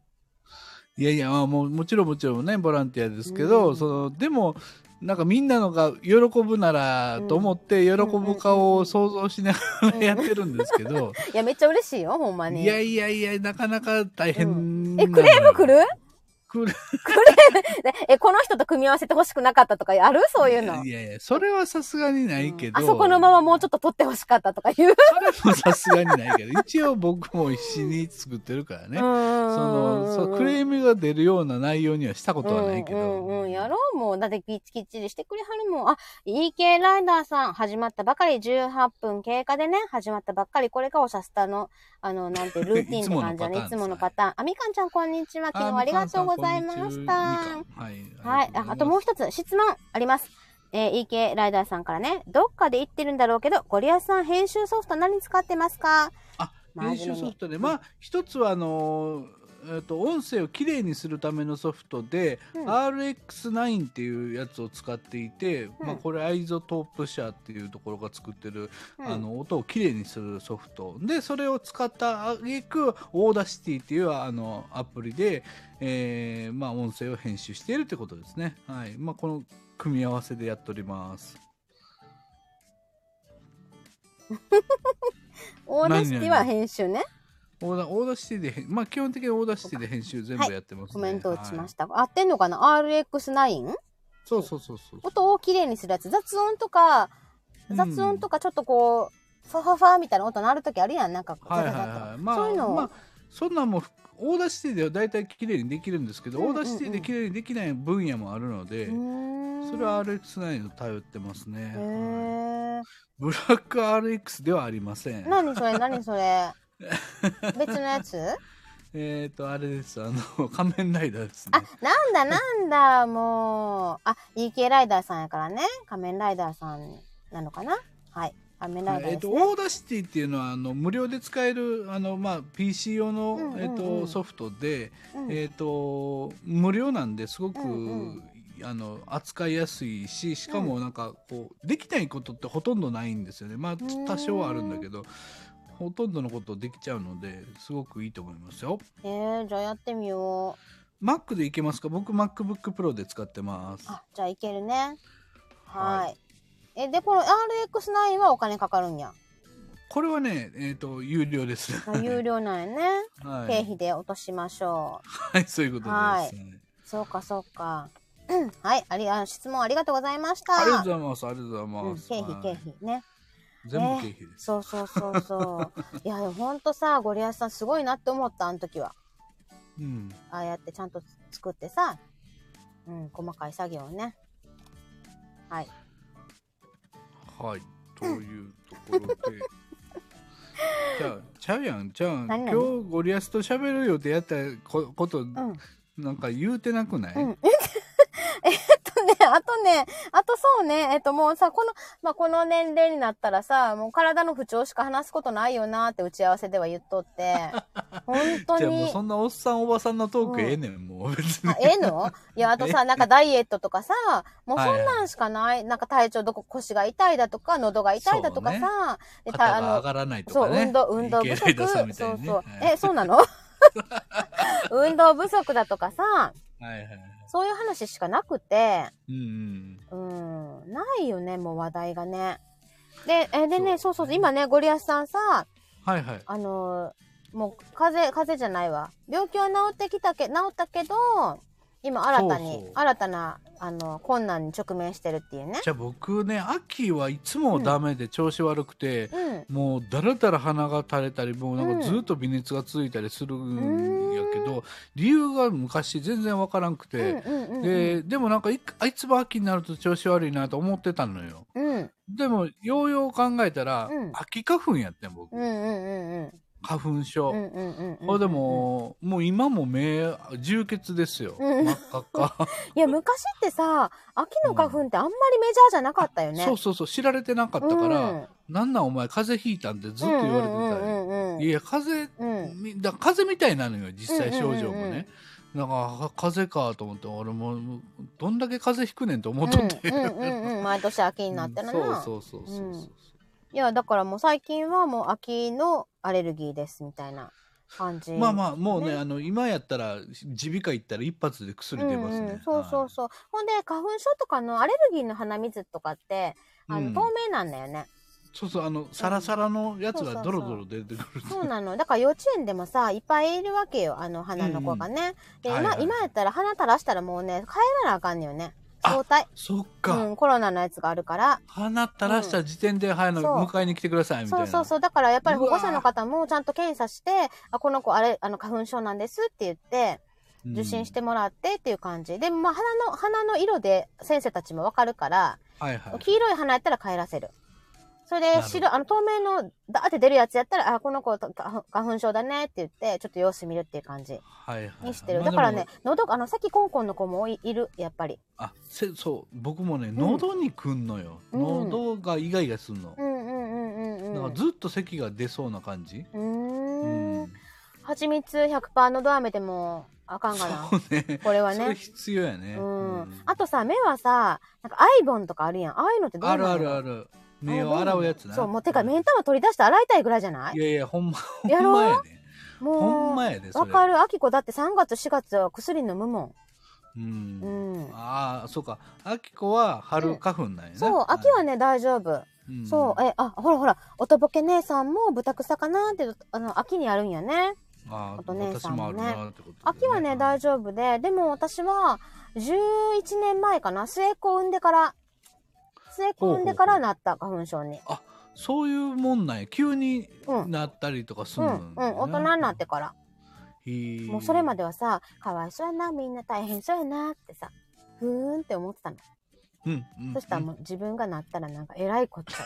[SPEAKER 2] んいやいやまあもうもちろんもちろんねボランティアですけど、
[SPEAKER 1] うん
[SPEAKER 2] そのでもなんかみんなのが喜ぶならと思って喜ぶ顔を想像しながらやってるんですけど、
[SPEAKER 1] いや、めっちゃ嬉しいよ、ほんまに。
[SPEAKER 2] いやいやいやなかなか大変なの
[SPEAKER 1] え、
[SPEAKER 2] よ、
[SPEAKER 1] クレーム来る
[SPEAKER 2] 来る
[SPEAKER 1] ね (laughs) え、この人と組み合わせて欲しくなかったとかあるそういうの。
[SPEAKER 2] いやいやそれはさすがにないけど、
[SPEAKER 1] あそこのままもうちょっと取って欲しかったとか言う。
[SPEAKER 2] それもさすがにないけど、一応僕も一緒に作ってるからね。そのそうクレ
[SPEAKER 1] ム
[SPEAKER 2] ームが出るような内容にはしたことはないけど。
[SPEAKER 1] うんうんうん、やろうもう。だってきっきっちりしてくれはるもん。あ、EK ライダーさん、始まったばかり18分経過でね、始まったばっかり。これがおしゃスタの、あの、なん
[SPEAKER 2] (laughs)
[SPEAKER 1] て、ルーティンって感じだね。い
[SPEAKER 2] い
[SPEAKER 1] つ
[SPEAKER 2] つ
[SPEAKER 1] も
[SPEAKER 2] も
[SPEAKER 1] の
[SPEAKER 2] の
[SPEAKER 1] パ
[SPEAKER 2] パ
[SPEAKER 1] ターン。あ、みかんちゃんこんにちは。昨日はありがとうございました。
[SPEAKER 2] あみかんさんこんにちは
[SPEAKER 1] はい。ああともう
[SPEAKER 2] 一
[SPEAKER 1] 一つ質問あります。えー EK ライダーさんからね、どっかで言ってるんだろうけど、ゴリアスさん編集ソフト何使ってますか
[SPEAKER 2] あ、
[SPEAKER 1] 真
[SPEAKER 2] 練
[SPEAKER 1] 面目
[SPEAKER 2] 習
[SPEAKER 1] に
[SPEAKER 2] ソフトで、まあ、一つはあのーえっと音声をきれいにするためのソフトで、
[SPEAKER 1] うん
[SPEAKER 2] RX9 っていうやつを使っていて、
[SPEAKER 1] うん
[SPEAKER 2] まあ、これアイゾトープ社っていうところが作ってる
[SPEAKER 1] うん
[SPEAKER 2] あの音をきれいにするソフトでそれを使ったあげくオーダーシティっていうあのアプリで、えーまあ、音声を編集しているってことですね、はいまあ、この組み合わせでやっております
[SPEAKER 1] オーダーシティは編集ね。
[SPEAKER 2] オーダーオーダーシティでへん、まあ、基本的にオーダーシティで編集全部やってます、ね
[SPEAKER 1] コメント打ちま
[SPEAKER 2] し
[SPEAKER 1] した。合ってんのかな ?RX9?
[SPEAKER 2] た、そうそうそうそう
[SPEAKER 1] 音をきれいにするやつ。雑音とか、
[SPEAKER 2] うん
[SPEAKER 1] 雑音とかちょっとこう、ファファファみたいな音鳴るときあるやん。なんかこう、
[SPEAKER 2] はいはい
[SPEAKER 1] ザザザ
[SPEAKER 2] は
[SPEAKER 1] ザ
[SPEAKER 2] い
[SPEAKER 1] と
[SPEAKER 2] まあ
[SPEAKER 1] そういうのを、
[SPEAKER 2] まあ、そんなんもふオーダーシティでは大体きれいにできるんですけど、
[SPEAKER 1] うんうんうん
[SPEAKER 2] オーダーシティできれいにできない分野もあるので、
[SPEAKER 1] うーん
[SPEAKER 2] それは RX9 に頼ってますね、
[SPEAKER 1] へ
[SPEAKER 2] はい
[SPEAKER 1] ー。
[SPEAKER 2] ブラック RX ではありません。
[SPEAKER 1] 何それ何そ
[SPEAKER 2] (laughs)
[SPEAKER 1] れ別のやつ
[SPEAKER 2] えっ、と、あれです。あの、 (laughs) 仮面ライダーですね
[SPEAKER 1] あ。、なんだなんだ、もう。あ、EK ライダーさんやからね。仮面ライダーさんなのかなはい。仮面ライダー
[SPEAKER 2] えっ
[SPEAKER 1] です
[SPEAKER 2] と、
[SPEAKER 1] ね。
[SPEAKER 2] オーダーシティっていうのは、あの、無料で使える、あの、まあ、PC 用の、
[SPEAKER 1] うんうんうん
[SPEAKER 2] えっと、ソフトで、
[SPEAKER 1] うん
[SPEAKER 2] えっと、無料なんで、すごく、
[SPEAKER 1] うん
[SPEAKER 2] あの、扱いやすいし、しかもなんか、こう、できないことってほとんどないんですよね。まあ、
[SPEAKER 1] ーん
[SPEAKER 2] 多少はあるんだけど、ほとんどのことできちゃうので、すごくいいと思いますよ。
[SPEAKER 1] えー、じゃあやってみよう。
[SPEAKER 2] Mac でいけますか僕、MacBook Pro で使ってます。
[SPEAKER 1] あ、じゃあいけるね。はい。
[SPEAKER 2] は
[SPEAKER 1] え、で、この RX9 はお金かかるんや。
[SPEAKER 2] これはね、えっ、と、有料です。
[SPEAKER 1] まあ有料なんやね。
[SPEAKER 2] (laughs) は
[SPEAKER 1] 経
[SPEAKER 2] い、
[SPEAKER 1] 費で落としましょう。
[SPEAKER 2] はい、そういうことです。
[SPEAKER 1] は
[SPEAKER 2] はいい、
[SPEAKER 1] そうか、そうか。 (clears throat) うんはい。あり、あ質問ありがとうございました。
[SPEAKER 2] ありがとうございます。ありがとうございます。
[SPEAKER 1] うん、経
[SPEAKER 2] は
[SPEAKER 1] 費、
[SPEAKER 2] い
[SPEAKER 1] 経費。ね。
[SPEAKER 2] 全部経費です。
[SPEAKER 1] そうそうそう
[SPEAKER 2] (laughs)
[SPEAKER 1] そう。いや、でもほんとさ、ゴリアスさんすごいなって思った、あの時は。
[SPEAKER 2] うん。
[SPEAKER 1] ああやってちゃんと作ってさ、うん、細かい作業をね。はい。
[SPEAKER 2] はい。というところで。
[SPEAKER 1] (laughs)
[SPEAKER 2] じゃあ、ちゃうやん、ちゃうやん。
[SPEAKER 1] 何
[SPEAKER 2] 今
[SPEAKER 1] 々
[SPEAKER 2] 日ゴリアスと喋る予定やったここと、
[SPEAKER 1] うん。うん。
[SPEAKER 2] なんか言うてなくない、
[SPEAKER 1] えっとね、 (laughs) あとね、あとそうね、えっともうさ、この、まあ、この年齢になったらさ、もう体の不調しか話すことないよなって打ち合わせでは言っと
[SPEAKER 2] (laughs)
[SPEAKER 1] って、本当
[SPEAKER 2] じゃあもう
[SPEAKER 1] に
[SPEAKER 2] そ。んなおっさんおばさんのトークええねん、もう別に
[SPEAKER 1] あええのいや、あ
[SPEAKER 2] (laughs)
[SPEAKER 1] とさ、なんかダイエットとかさ、もうそん
[SPEAKER 2] はい
[SPEAKER 1] な
[SPEAKER 2] は
[SPEAKER 1] んしかない、なんか体調どこ、腰が痛いだとか、喉が痛いだとか
[SPEAKER 2] そ
[SPEAKER 1] さ、でた
[SPEAKER 2] (laughs) 肩が上がらないと
[SPEAKER 1] そ
[SPEAKER 2] か
[SPEAKER 1] う、
[SPEAKER 2] ね
[SPEAKER 1] 運動、運動不
[SPEAKER 2] 池田さ
[SPEAKER 1] 足。
[SPEAKER 2] んみた
[SPEAKER 1] そ
[SPEAKER 2] いうにね
[SPEAKER 1] そう。
[SPEAKER 2] はい
[SPEAKER 1] え、そうな
[SPEAKER 2] (laughs)
[SPEAKER 1] の (laughs) 運動不足だとかさ、
[SPEAKER 2] はいはいはい
[SPEAKER 1] そういう話しかなくて、
[SPEAKER 2] うんうん
[SPEAKER 1] うん、ないよね、もう話題がね。で、え、でね、
[SPEAKER 2] そ
[SPEAKER 1] そううそうそう
[SPEAKER 2] ね
[SPEAKER 1] 今ね、ゴリアスさんさ、
[SPEAKER 2] はいはい
[SPEAKER 1] あのーもう、風邪、風邪じゃないわ。病気は治ってきたけ、治ったけど、今新たに、
[SPEAKER 2] そうそう
[SPEAKER 1] 新たな、あの、困難に直面してるっていうね。
[SPEAKER 2] じゃあ僕ね秋はいつもダメで調子悪くて、
[SPEAKER 1] うん。
[SPEAKER 2] もうだらだら鼻が垂れたりもうなんかずっと微熱がついたりするんやけど、理由が昔全然わからんく
[SPEAKER 1] うん
[SPEAKER 2] て、
[SPEAKER 1] うんうんうん。
[SPEAKER 2] ででもなんかいあいつも秋になると調子悪いなと思ってたのよ
[SPEAKER 1] うん。
[SPEAKER 2] でもようよう考えたら、
[SPEAKER 1] うん
[SPEAKER 2] 秋花粉やってん僕、
[SPEAKER 1] うんうんうん
[SPEAKER 2] 花粉症、
[SPEAKER 1] うん。うんうんうんうん。
[SPEAKER 2] あで。も、もう今も目充血ですよ、
[SPEAKER 1] うん
[SPEAKER 2] 真っ赤っか
[SPEAKER 1] いや、昔ってさ、秋の花粉ってあんまりメジャーじゃなかった (laughs) よね。
[SPEAKER 2] そうそうそう知られてなかったから、
[SPEAKER 1] うん
[SPEAKER 2] なんなんお前風邪ひいたんってずっと言われてたよ、
[SPEAKER 1] うんうんうんうん
[SPEAKER 2] いや風邪
[SPEAKER 1] うん
[SPEAKER 2] みだ風邪みたいなのよ実際症状
[SPEAKER 1] うんうん
[SPEAKER 2] もね、
[SPEAKER 1] うんうん
[SPEAKER 2] なんかあ風邪かと思って俺もうどんだけ風邪ひくねんと思っとって、
[SPEAKER 1] うんうんうんうん毎年秋になってるな、
[SPEAKER 2] そうそうそうそうそう、
[SPEAKER 1] うんいやだからもう最近はもう秋のアレルギーですみたいな感じ
[SPEAKER 2] まあまあもうね
[SPEAKER 1] ね
[SPEAKER 2] あの今やったら耳鼻科行ったら一発で薬出ますね、
[SPEAKER 1] うんうん、そうそうそう、ほんで花粉症とかのアレルギーの鼻水とかってあの、
[SPEAKER 2] うん
[SPEAKER 1] 透明なんだよね
[SPEAKER 2] そうそうあのサラサラのやつ
[SPEAKER 1] そうそうそ
[SPEAKER 2] が
[SPEAKER 1] う
[SPEAKER 2] ドロドロ出てくる
[SPEAKER 1] そうなのだから幼稚園でもさいっぱいいるわけよあの鼻の子がね、で今,、
[SPEAKER 2] はいはい
[SPEAKER 1] 今やったら鼻垂らしたらもうね帰らなあかんのよね
[SPEAKER 2] あ
[SPEAKER 1] 早退
[SPEAKER 2] そっか、
[SPEAKER 1] うん、コロナのやつがあるから
[SPEAKER 2] 鼻垂らした時点で早の
[SPEAKER 1] そう
[SPEAKER 2] 迎えに来てくださいみたい
[SPEAKER 1] そ
[SPEAKER 2] な
[SPEAKER 1] うそう
[SPEAKER 2] う
[SPEAKER 1] そう。だからやっぱり保護者の方もちゃんと検査して、あ、この子あれ、あの、花粉症なんですって言って、
[SPEAKER 2] ん
[SPEAKER 1] 受診してもらってっていう感じ。で、まあ、鼻の、鼻の色で先生たちもわかるから、
[SPEAKER 2] はいはい
[SPEAKER 1] 黄色い鼻やったら帰らせる。それで、
[SPEAKER 2] なるほど
[SPEAKER 1] 白、あの、透明の、だーって出るやつやったら、あ、この子、花粉花粉症だねって言って、ちょっと様子見るっていう感じ
[SPEAKER 2] はいはいはい
[SPEAKER 1] にしてる。
[SPEAKER 2] まあ
[SPEAKER 1] だから
[SPEAKER 2] で
[SPEAKER 1] ね
[SPEAKER 2] も、
[SPEAKER 1] 喉、あの、さっきコンコンの子もいいる、やっぱり。
[SPEAKER 2] あせそう僕もね喉にくんのよ、
[SPEAKER 1] うん
[SPEAKER 2] 喉がイガイガするの
[SPEAKER 1] う、んうんうんうん
[SPEAKER 2] な
[SPEAKER 1] うんん
[SPEAKER 2] か。ずっと咳が出そうな感じ
[SPEAKER 1] う
[SPEAKER 2] う
[SPEAKER 1] ーん。蜂蜜100%のドア飴でもあかんかな。
[SPEAKER 2] そうね
[SPEAKER 1] これは
[SPEAKER 2] それ
[SPEAKER 1] ね。
[SPEAKER 2] 必要やね、
[SPEAKER 1] うん、あとさ目はさなんかアイボンとかあるやんああいうのってどうな
[SPEAKER 2] あ
[SPEAKER 1] の
[SPEAKER 2] るあるある目を洗うやつな
[SPEAKER 1] そうもうてか目ん玉取り出して洗いたいぐらいじゃない
[SPEAKER 2] いやいやほんまほん
[SPEAKER 1] やろ
[SPEAKER 2] まやで、
[SPEAKER 1] もう
[SPEAKER 2] ほんまやでそ
[SPEAKER 1] わ
[SPEAKER 2] れ
[SPEAKER 1] かるあきこだって3月4月は薬飲むも
[SPEAKER 2] うん
[SPEAKER 1] ん、うん、
[SPEAKER 2] ああそうかあきこは春花粉なんやな、
[SPEAKER 1] そう秋はね大丈夫、
[SPEAKER 2] ん、ん
[SPEAKER 1] そうえあほらほらおとぼけ姉さんもブタクサかなってあの秋にあるんやね
[SPEAKER 2] あ
[SPEAKER 1] あ
[SPEAKER 2] あ、
[SPEAKER 1] とね
[SPEAKER 2] 私もあるなってこと、ね。
[SPEAKER 1] 秋はね大
[SPEAKER 2] 丈
[SPEAKER 1] 丈夫ででも私は11年前かな末っ子産んでから末っ子産んでからなった花粉症に
[SPEAKER 2] 夫。そういうもんなんや。急に
[SPEAKER 1] うん
[SPEAKER 2] なったりとかす
[SPEAKER 1] う
[SPEAKER 2] る
[SPEAKER 1] ん
[SPEAKER 2] の、
[SPEAKER 1] うん大人になってから
[SPEAKER 2] て
[SPEAKER 1] もうそれま
[SPEAKER 2] で。
[SPEAKER 1] ではさ、かわいそうやな、みんな大変そうやなってさ、ふーんって思ってたの。
[SPEAKER 2] うん、うん。
[SPEAKER 1] そしたらもう自分がなったらなんか偉いこっちゃっ
[SPEAKER 2] (laughs)
[SPEAKER 1] て。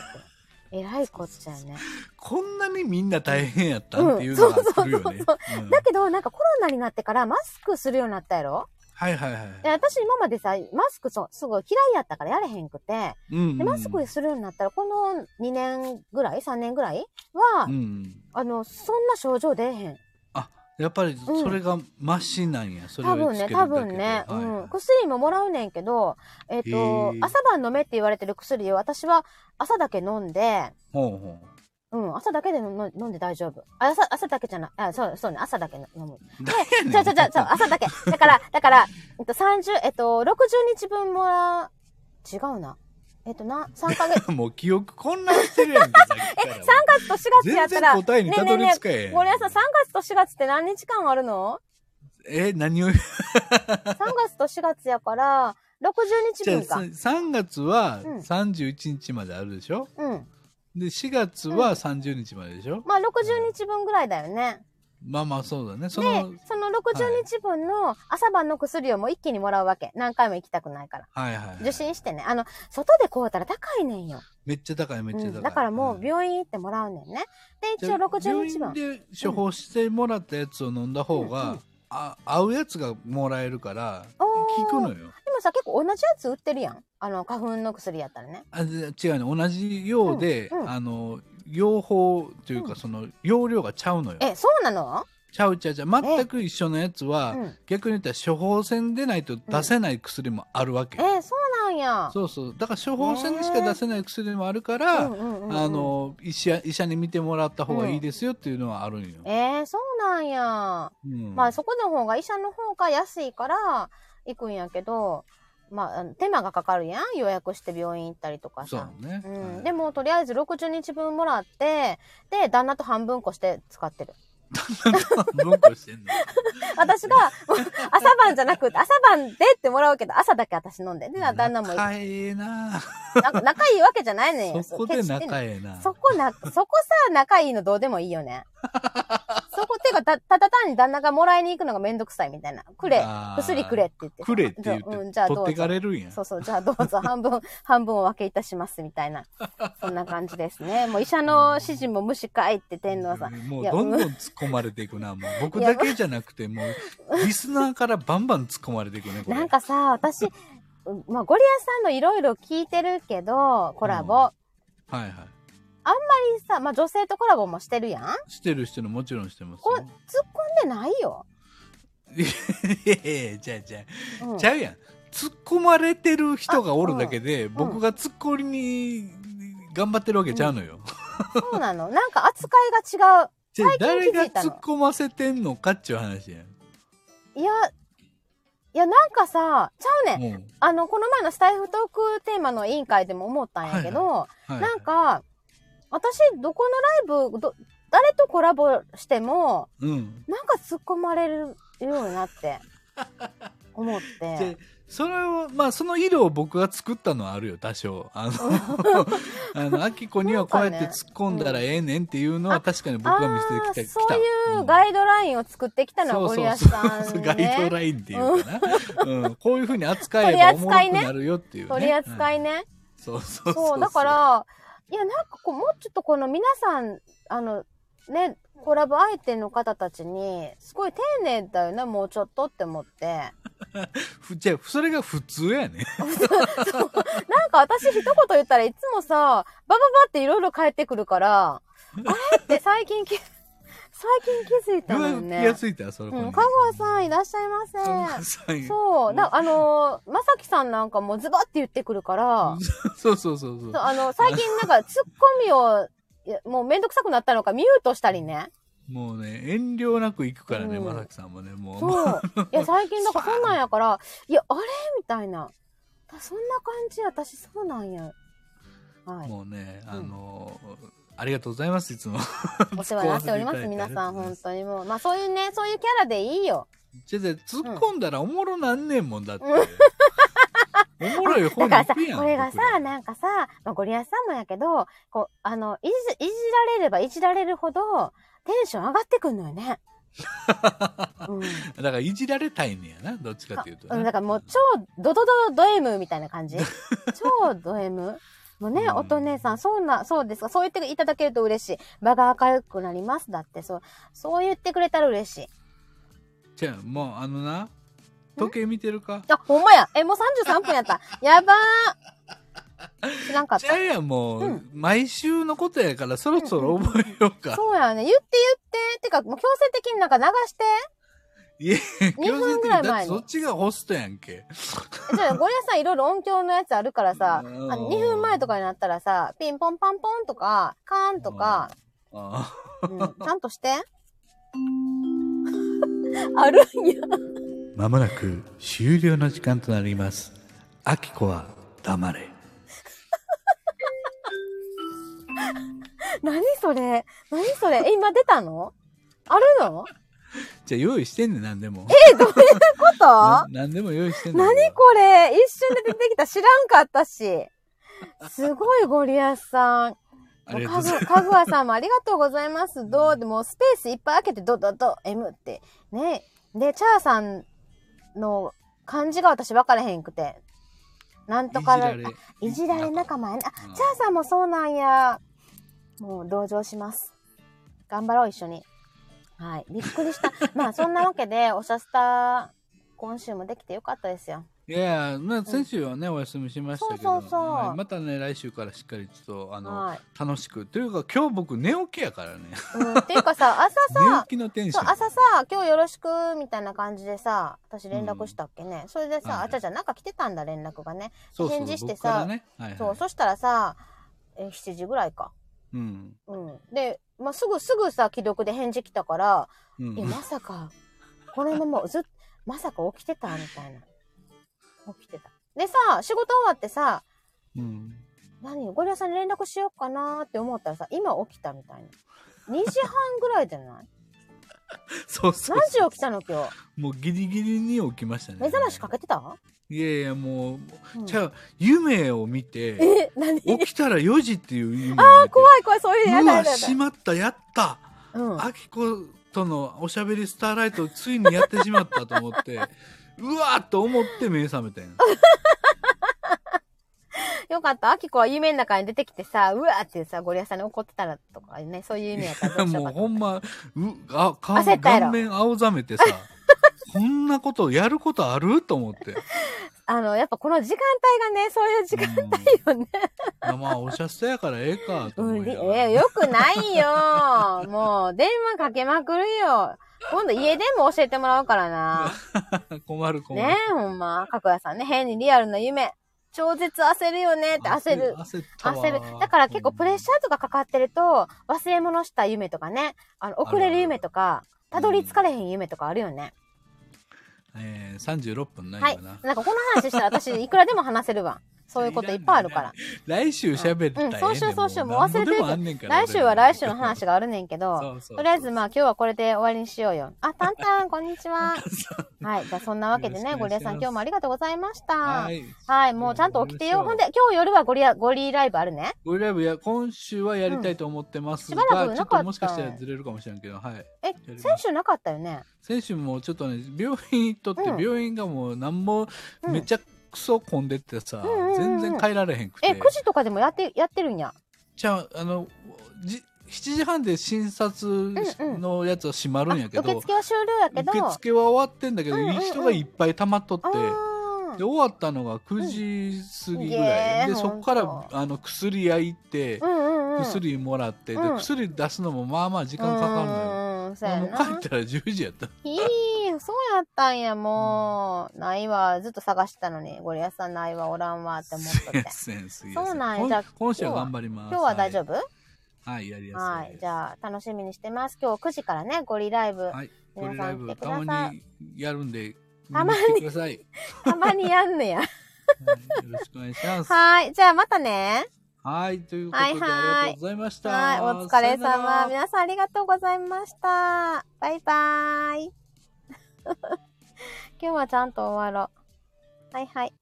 [SPEAKER 1] 偉いこっちゃよね。
[SPEAKER 2] こんなにみんな大変やったっていうのが来るよね
[SPEAKER 1] うんそ。
[SPEAKER 2] うん
[SPEAKER 1] だけどなんかコロナになってからマスクするようになったやろ
[SPEAKER 2] はいはいはい。
[SPEAKER 1] で私今までさ、マスクそうすごい嫌いやったからやれへんくて、
[SPEAKER 2] うんうん
[SPEAKER 1] でマスクするようになったらこの2年ぐらい ?3 年ぐらいは、
[SPEAKER 2] うん。
[SPEAKER 1] あの、そんな症状出えへん。
[SPEAKER 2] やっぱりそれがマシなんや。それ
[SPEAKER 1] 多
[SPEAKER 2] を
[SPEAKER 1] 分
[SPEAKER 2] つけ
[SPEAKER 1] ね、
[SPEAKER 2] る
[SPEAKER 1] 多
[SPEAKER 2] だけで
[SPEAKER 1] 分ね、
[SPEAKER 2] はいはい
[SPEAKER 1] うん。薬ももらうねんけど、えっ、
[SPEAKER 2] へ
[SPEAKER 1] と
[SPEAKER 2] ー、
[SPEAKER 1] 朝晩飲めって言われてる薬を私は朝だけ飲んで、
[SPEAKER 2] ほうほ
[SPEAKER 1] うん、朝だけで飲飲んで大丈夫。あ朝、朝だけじゃない。あ、そう、そうね、朝だけ飲む。
[SPEAKER 2] う。だよね
[SPEAKER 1] じゃじゃじゃ、そう、
[SPEAKER 2] (laughs)
[SPEAKER 1] 朝だけ。だから、だから、えっと、30、えっと、60日分もら、違うな。えっと、な、3ヶ
[SPEAKER 2] (laughs)
[SPEAKER 1] 月、
[SPEAKER 2] もう記憶混乱してるやんけ。さっきから
[SPEAKER 1] 3月と4月や
[SPEAKER 2] 全
[SPEAKER 1] った
[SPEAKER 2] 然
[SPEAKER 1] ら、
[SPEAKER 2] 答えにたどり着かへん。
[SPEAKER 1] ゴリアスさん、3月と4月って何日間あるの
[SPEAKER 2] え、何を
[SPEAKER 1] ?3 月と4月やから、60日
[SPEAKER 2] じゃあ
[SPEAKER 1] 分か。
[SPEAKER 2] 3月は
[SPEAKER 1] うん
[SPEAKER 2] 31日まであるでしょ、
[SPEAKER 1] うん。
[SPEAKER 2] で4月は30日まででしょ、
[SPEAKER 1] まあ、60日分ぐらいだよね。
[SPEAKER 2] まあまあそうだねそ
[SPEAKER 1] で
[SPEAKER 2] の、
[SPEAKER 1] その60日分の朝晩の薬をもう一気にもらうわけ。何回も行きたくないから。
[SPEAKER 2] はいはい
[SPEAKER 1] 受診してね。あの、外で買うたら高いねんよ。
[SPEAKER 2] めっちゃ高いめっちゃ高い、
[SPEAKER 1] うんだからもう病院行ってもらうねんね。で、一応60日分。
[SPEAKER 2] 病院で処方してもらったやつを飲んだ方が、
[SPEAKER 1] うんうん
[SPEAKER 2] あ合うやつがもらえるから
[SPEAKER 1] おー
[SPEAKER 2] 効くのよ
[SPEAKER 1] でももさ、結構同じやつ売ってるやん。あの、花粉の薬やったらね。
[SPEAKER 2] あで違うね同じようで、
[SPEAKER 1] うんうん
[SPEAKER 2] あの用法というか、
[SPEAKER 1] うん
[SPEAKER 2] その容量がちゃうのよ
[SPEAKER 1] え、そうなの
[SPEAKER 2] ちゃうちゃうちゃう全く一緒のやつは、
[SPEAKER 1] うん。
[SPEAKER 2] 逆に言ったら処方箋でないと出せない薬もあるわけ、
[SPEAKER 1] え、そうなんや。
[SPEAKER 2] そうそうだから処方箋でしか出せない薬もあるから、
[SPEAKER 1] うんうんうんうん
[SPEAKER 2] あ、の医者医者に見てもらった方がいいですよっていうのはあるんよ、
[SPEAKER 1] えー、そうなんや。
[SPEAKER 2] うん
[SPEAKER 1] まあ、そこの方が医者の方が安いから行くんやけど、まああの、手間がかかるやん。予約して病院行ったりとか
[SPEAKER 2] そ
[SPEAKER 1] さ。
[SPEAKER 2] うね、
[SPEAKER 1] うん
[SPEAKER 2] はい
[SPEAKER 1] でも、とりあえず60日分もらって、で、旦那と半分こして使って
[SPEAKER 2] (laughs)
[SPEAKER 1] る。
[SPEAKER 2] 文庫
[SPEAKER 1] (laughs)
[SPEAKER 2] してんの
[SPEAKER 1] 私が、 (laughs) もう朝晩じゃなくて、朝晩でってもらうけど、朝だけ私飲んで。で、旦那も
[SPEAKER 2] 仲ええな
[SPEAKER 1] なんか仲いいわけじゃないねんよ。
[SPEAKER 2] (laughs) そこで
[SPEAKER 1] ケチってんの
[SPEAKER 2] 仲ええな
[SPEAKER 1] そこな、そこさ、仲いいのどうでもいいよ
[SPEAKER 2] (laughs)
[SPEAKER 1] ね。そこっていうか、た、ただ単に旦那がもらいに行くのがめんどくさいみたいな。くれ、
[SPEAKER 2] あー
[SPEAKER 1] 薬くれって言って。
[SPEAKER 2] くれって言って、
[SPEAKER 1] うん、じゃあ
[SPEAKER 2] 取
[SPEAKER 1] ど
[SPEAKER 2] っ
[SPEAKER 1] う
[SPEAKER 2] て
[SPEAKER 1] ぞ
[SPEAKER 2] か。れるんや
[SPEAKER 1] そうそう、じゃあどう
[SPEAKER 2] (laughs)
[SPEAKER 1] ぞ、半分、半分お分けいたしますみたいな。そんな感じですね。もう医者の指示も無視かいって天皇さん。
[SPEAKER 2] も
[SPEAKER 1] いうや
[SPEAKER 2] どんどん突っ込まれていくな。もう僕だけじゃなくて、もうリスナーからバンバン突っ込まれていくね、これ。
[SPEAKER 1] なんかさ、私、うんまあ、ゴリアスさんのいろいろ聞いてるけど、コラボ。
[SPEAKER 2] うん
[SPEAKER 1] やっ
[SPEAKER 2] はいは
[SPEAKER 1] ぱりさ、まあ、女性とコラボもしてるやん。突っ
[SPEAKER 2] い。してるしてる、もちろんしてます
[SPEAKER 1] こ
[SPEAKER 2] よ。
[SPEAKER 1] 込んでないよ。
[SPEAKER 2] (laughs) いやいやいやじゃあじゃ
[SPEAKER 1] うん
[SPEAKER 2] あ、ちゃうやん。突っ込まれてる人がおるだけで、
[SPEAKER 1] ん
[SPEAKER 2] 僕が突っ込みに頑張ってるわけちゃうのよ。
[SPEAKER 1] そうなの。なんか扱いが違う。
[SPEAKER 2] じゃあ
[SPEAKER 1] 最近
[SPEAKER 2] 誰
[SPEAKER 1] 気
[SPEAKER 2] が
[SPEAKER 1] づいたの
[SPEAKER 2] 突っ込ませてんのかっちゅう話やん。
[SPEAKER 1] いや、いや、なんかさ、ちゃうねん。
[SPEAKER 2] もう。
[SPEAKER 1] あの、この前のスタイフトークテーマの委員会でも思ったんやけど、
[SPEAKER 2] はい
[SPEAKER 1] なん、か、私、どこのライブ、ど、誰とコラボしても、
[SPEAKER 2] うん。
[SPEAKER 1] なんか突っ込まれるようにな
[SPEAKER 2] (laughs)
[SPEAKER 1] って、思っ
[SPEAKER 2] じゃあ
[SPEAKER 1] て。
[SPEAKER 2] それをまあその色を僕が作ったのはあるよ多少
[SPEAKER 1] (laughs)
[SPEAKER 2] あのあのアキコにはこうやって突っ込んだらええねんっていうのは確かに僕が見
[SPEAKER 1] あ
[SPEAKER 2] せて
[SPEAKER 1] ー
[SPEAKER 2] き
[SPEAKER 1] そ
[SPEAKER 2] た
[SPEAKER 1] ういう
[SPEAKER 2] 来た
[SPEAKER 1] ガイドラインを作ってきたのはゴリアスさ
[SPEAKER 2] そうそ
[SPEAKER 1] ん
[SPEAKER 2] うガイド
[SPEAKER 1] ね。
[SPEAKER 2] ラインっていうかな、うん、こういうふうに扱えばおもろくなるよっていう、ね、
[SPEAKER 1] 取り扱
[SPEAKER 2] い、
[SPEAKER 1] いね。
[SPEAKER 2] そうそうそう
[SPEAKER 1] そうだからいやなんかこうもうちょっとこの皆さんあのねコラボ相手の方たちにすごい丁寧だよなもうちょっとって思って
[SPEAKER 2] ふじゃあそれが普通やね
[SPEAKER 1] なんか私一言言ったらいつもさバババっていろいろ返ってくるからあれって (laughs) 最近き最近気づいたのよ
[SPEAKER 2] 気
[SPEAKER 1] ね
[SPEAKER 2] が。ついたらそれ、
[SPEAKER 1] うん、香川さんいらっしゃいませ。
[SPEAKER 2] さんそう
[SPEAKER 1] そう、なあのーまさきさんなんかもうズバって言ってくるから。
[SPEAKER 2] そうそうそうそ
[SPEAKER 1] そう
[SPEAKER 2] う
[SPEAKER 1] あの、最近なんか、ツッコミを、いやもうめんどくさくなったのか、ミュートしたりね。
[SPEAKER 2] もうね遠慮なくいくからね、
[SPEAKER 1] うん
[SPEAKER 2] まさきさんもねもう
[SPEAKER 1] そう。いや、最近なんかそんなんやから、いや、あれみたいな。だそんな感じ、私そうなんや。はい。
[SPEAKER 2] もうね、
[SPEAKER 1] ん
[SPEAKER 2] あのーありがとうございます、いつも。
[SPEAKER 1] お世話になっております、皆さん、本当にもう。まあ、そういうね、そういうキャラでいいよ。
[SPEAKER 2] じゃじゃ突っ込んだらおもろなんねんもんだって。おもろい
[SPEAKER 1] だ (laughs)
[SPEAKER 2] 方に
[SPEAKER 1] から
[SPEAKER 2] 行
[SPEAKER 1] さ、
[SPEAKER 2] くやん。
[SPEAKER 1] これがさ、
[SPEAKER 2] 僕ら
[SPEAKER 1] なんかさ、まあ、ゴリアスさんもやけど、こう、あの、いじ、いじられればいじられるほど、テンション上がってくんのよね。
[SPEAKER 2] (laughs)
[SPEAKER 1] うん
[SPEAKER 2] だからいじられたいんやな、どっちかっていうとね、
[SPEAKER 1] うん、だからもう超ドドドド M みたいな
[SPEAKER 2] (laughs)
[SPEAKER 1] 感じ。超ド M。もうね、
[SPEAKER 2] うん
[SPEAKER 1] おとねさん、そうな、そうですか。そう言っていただけると嬉しい。場が明るくなります。だって、そう、そう言ってくれたら嬉しい。
[SPEAKER 2] じゃあ、もうあのな、時計見てるか
[SPEAKER 1] あ、ほんまや。え、もう33分や
[SPEAKER 2] (laughs)
[SPEAKER 1] った。やばー。知らんかっ
[SPEAKER 2] じゃあ
[SPEAKER 1] た。
[SPEAKER 2] や、もう、
[SPEAKER 1] うん
[SPEAKER 2] 毎週のことやから、そろそろ覚えようか。
[SPEAKER 1] そうやね。言って言って。てか、もう強制的になんか流して。
[SPEAKER 2] いや、
[SPEAKER 1] 2分ぐらい前に
[SPEAKER 2] だってそっちがホストやんけ。
[SPEAKER 1] えじゃあ、ゴリラさんいろいろ音響のやつあるからさ、あ
[SPEAKER 2] うん
[SPEAKER 1] の2分前とかになったらさ、ピンポンパンポンとか、カーンとか、
[SPEAKER 2] あ
[SPEAKER 1] うんちゃんとして。 (laughs) あるんや。
[SPEAKER 2] ーまもなく終了の時間となります。あきこは黙れ。
[SPEAKER 1] 何それ何それえ今出たのあるの
[SPEAKER 2] じゃあ用意してんねん、なんでも。
[SPEAKER 1] こと
[SPEAKER 2] な
[SPEAKER 1] 何
[SPEAKER 2] 何でも用意してんねん。
[SPEAKER 1] これ一瞬で出てきた知らんかったし。すごいゴリアスさん。
[SPEAKER 2] あり
[SPEAKER 1] か
[SPEAKER 2] がとうござい
[SPEAKER 1] ぐ
[SPEAKER 2] ます。
[SPEAKER 1] かぐわさんもありがとうございます。どうでもうスペースいっぱい開けてドドド M って。ね。で、チャーさんの漢字が私分からへんくて。なんとかな
[SPEAKER 2] れ
[SPEAKER 1] いじられ仲間やね。あ、
[SPEAKER 2] うん
[SPEAKER 1] チャーさんもそうなんや。もう同情します。頑張ろう、一緒に。
[SPEAKER 2] (laughs)
[SPEAKER 1] はい。びっくりした。まあ、そんなわけで、おしゃスタ今週もできてよかったですよ。
[SPEAKER 2] いやー、まあ、先週はね、お休みしましたけ
[SPEAKER 1] そう
[SPEAKER 2] ど、
[SPEAKER 1] そうそう
[SPEAKER 2] はいまたね、来週からしっかりちょっと、あの、
[SPEAKER 1] はい。
[SPEAKER 2] 楽しく。というか、今日僕寝起きやからね。
[SPEAKER 1] うん、っていうかさ、朝
[SPEAKER 2] 寝
[SPEAKER 1] さ
[SPEAKER 2] 起、きのテンシ
[SPEAKER 1] そう
[SPEAKER 2] ョン。
[SPEAKER 1] 朝さ、今日よろしく、みたいな感じでさ、私連絡したっけね。それで
[SPEAKER 2] はい
[SPEAKER 1] さ、
[SPEAKER 2] はい
[SPEAKER 1] あちゃちゃ、なんか来てたんだ、連絡がね。
[SPEAKER 2] そうそう
[SPEAKER 1] 返事して
[SPEAKER 2] 僕から
[SPEAKER 1] さ
[SPEAKER 2] ね。はい、はい。
[SPEAKER 1] そう、そしたらさ、え7時ぐらいか。
[SPEAKER 2] うん。
[SPEAKER 1] うん。で、まあ、すぐすぐさ、既読で返事来たから、
[SPEAKER 2] うん
[SPEAKER 1] え、。まさか、これももうずっと、まさか起きてたみたいな。起きてた。でさ、仕事終わってさ、
[SPEAKER 2] うん。
[SPEAKER 1] 何ゴリラさんに連絡しようかなーって思ったらさ、今起きたみたいな。2時半ぐらいじゃない
[SPEAKER 2] そうそうそう。
[SPEAKER 1] 何時起きたの今日。
[SPEAKER 2] もうギリギリに起きましたね。
[SPEAKER 1] 目覚ましかけてた、
[SPEAKER 2] いやいや、もう、
[SPEAKER 1] うん
[SPEAKER 2] じゃあ、夢を見て、
[SPEAKER 1] え、何
[SPEAKER 2] 起きたら4時っていう夢を見て。
[SPEAKER 1] あー、 (laughs) 怖い怖い、そういうのや
[SPEAKER 2] う
[SPEAKER 1] だや
[SPEAKER 2] わ、
[SPEAKER 1] だやだ
[SPEAKER 2] し。まった、やった。
[SPEAKER 1] うん。
[SPEAKER 2] あきことのおしゃべりスターライトをついにやってしまったと思って、
[SPEAKER 1] (laughs)
[SPEAKER 2] うわーと思って目覚めたんや
[SPEAKER 1] よかった。アキコは夢の中に出てきてさ、うわーってさ、ゴリラさんに怒ってたらとかね、そういう夢やった (laughs) らどうしよう
[SPEAKER 2] も
[SPEAKER 1] か
[SPEAKER 2] う
[SPEAKER 1] と
[SPEAKER 2] ほ
[SPEAKER 1] 思っ
[SPEAKER 2] ん
[SPEAKER 1] た。
[SPEAKER 2] ま、うあ顔
[SPEAKER 1] 焦ったやろ
[SPEAKER 2] 顔面青ざめて
[SPEAKER 1] (laughs)
[SPEAKER 2] さ、こんなことやることあると思って。
[SPEAKER 1] あの、やっぱこの時間帯がね、そういう時間帯よね。
[SPEAKER 2] うんまあ、おしゃスタやからええかと
[SPEAKER 1] う
[SPEAKER 2] 思
[SPEAKER 1] ん、
[SPEAKER 2] いな
[SPEAKER 1] り
[SPEAKER 2] がら
[SPEAKER 1] え、よくないよ。もう、電話かけまくるよ。今度家でも教えてもらうからな。
[SPEAKER 2] 困る困る。
[SPEAKER 1] ねえ、ほんま。かくやさんね、変にリアルな夢。超絶焦るよねって焦る。
[SPEAKER 2] 焦ったわ
[SPEAKER 1] 焦る。だから結構プレッシャーとかかかってると、忘れ物した夢とかね、あの、遅れる夢とか、たどり着かれへん夢とかあるよね。
[SPEAKER 2] うんえー、36分ない
[SPEAKER 1] はい。
[SPEAKER 2] かな。
[SPEAKER 1] なんかこの話したら私、いくらでも話せる
[SPEAKER 2] (laughs)
[SPEAKER 1] わ。そういうこといっぱいあるから。
[SPEAKER 2] 来週喋ったらええねん
[SPEAKER 1] うんそうしようそうしようもう忘れてるけど
[SPEAKER 2] なんぼでもあんねんから
[SPEAKER 1] 来週は来週の話があるねんけ
[SPEAKER 2] (laughs) そう
[SPEAKER 1] ど、
[SPEAKER 2] そうそう
[SPEAKER 1] とりあえずまあ今日はこれで終わりにしようよ。あ、タンタン、こんにち
[SPEAKER 2] (laughs)
[SPEAKER 1] は。はい。じゃあそんなわけでね、
[SPEAKER 2] よろしく
[SPEAKER 1] ゴ
[SPEAKER 2] お
[SPEAKER 1] リラ
[SPEAKER 2] 願いします
[SPEAKER 1] さん今日もありがとうございました。は。
[SPEAKER 2] はいい。
[SPEAKER 1] もうちゃんと起きてよ。
[SPEAKER 2] 頑張
[SPEAKER 1] ほん
[SPEAKER 2] りま
[SPEAKER 1] で、今日夜はゴリラ、ゴリライブあるね。
[SPEAKER 2] ゴリライブや今週はやりたいと思ってます
[SPEAKER 1] うんしば
[SPEAKER 2] が、
[SPEAKER 1] らく
[SPEAKER 2] ちょ
[SPEAKER 1] な
[SPEAKER 2] っ
[SPEAKER 1] かった
[SPEAKER 2] ともしかしたらずれるかもしれんけど、はい。
[SPEAKER 1] え
[SPEAKER 2] りま、す
[SPEAKER 1] 先週なかったよね。
[SPEAKER 2] 先週もちょっとね、病院行っとって、
[SPEAKER 1] うん
[SPEAKER 2] 病院がもうなんも
[SPEAKER 1] うん
[SPEAKER 2] めちゃくそ混んでってさ、
[SPEAKER 1] うんうんうんうん
[SPEAKER 2] 全然帰られへんくて。
[SPEAKER 1] え、9時とかでもやって、やってるんや。
[SPEAKER 2] じゃあ、あの、じ7時半で診察
[SPEAKER 1] うんうん
[SPEAKER 2] のやつは閉まる
[SPEAKER 1] あ
[SPEAKER 2] んやけ
[SPEAKER 1] 受
[SPEAKER 2] ど、
[SPEAKER 1] 付は終了やけど。
[SPEAKER 2] 受付は終わってんだけど、
[SPEAKER 1] うんうんうん
[SPEAKER 2] 人がいっぱい溜まっとって、
[SPEAKER 1] あ
[SPEAKER 2] で終わったのが9時過ぎぐ
[SPEAKER 1] うんい
[SPEAKER 2] ら
[SPEAKER 1] や
[SPEAKER 2] い、
[SPEAKER 1] ー
[SPEAKER 2] でそっから
[SPEAKER 1] 本当
[SPEAKER 2] あの薬屋行って、
[SPEAKER 1] あ。うんうんうん。
[SPEAKER 2] 薬もらって、
[SPEAKER 1] うん
[SPEAKER 2] で薬出すのもまあまあ時間かかるの
[SPEAKER 1] うん
[SPEAKER 2] よ、
[SPEAKER 1] うん、そうや
[SPEAKER 2] もう
[SPEAKER 1] な。
[SPEAKER 2] 帰ったら10時やった
[SPEAKER 1] いい、そうやったんや、もう。ないわ。ずっと探してたのに、ゴリラさんないわ、おらんわって思っとって。
[SPEAKER 2] センス
[SPEAKER 1] そうなんやじゃあ
[SPEAKER 2] や今週は頑張ります
[SPEAKER 1] 今日は大丈夫はい、
[SPEAKER 2] 夫はい、はいやりやすい
[SPEAKER 1] じゃあ、楽しみにしてます。今日9時からね、ゴリライブ。
[SPEAKER 2] はいこれ
[SPEAKER 1] 皆さ
[SPEAKER 2] ライ
[SPEAKER 1] ん
[SPEAKER 2] ブ
[SPEAKER 1] 来てく
[SPEAKER 2] た
[SPEAKER 1] だ
[SPEAKER 2] ま
[SPEAKER 1] さい。
[SPEAKER 2] にやるんで
[SPEAKER 1] たまに
[SPEAKER 2] 見に来てください、
[SPEAKER 1] たまにやんねや。
[SPEAKER 2] はいよろしくお願いしますは
[SPEAKER 1] はい。じゃあ、またね。
[SPEAKER 2] いということであ
[SPEAKER 1] は
[SPEAKER 2] り
[SPEAKER 1] いは
[SPEAKER 2] が
[SPEAKER 1] い
[SPEAKER 2] とうございました
[SPEAKER 1] はい。お疲れ
[SPEAKER 2] さよな
[SPEAKER 1] 様。
[SPEAKER 2] ら
[SPEAKER 1] 皆さんありがとうございました。バイ (laughs) バーイ。今日はちゃんと終わろう。はいはい。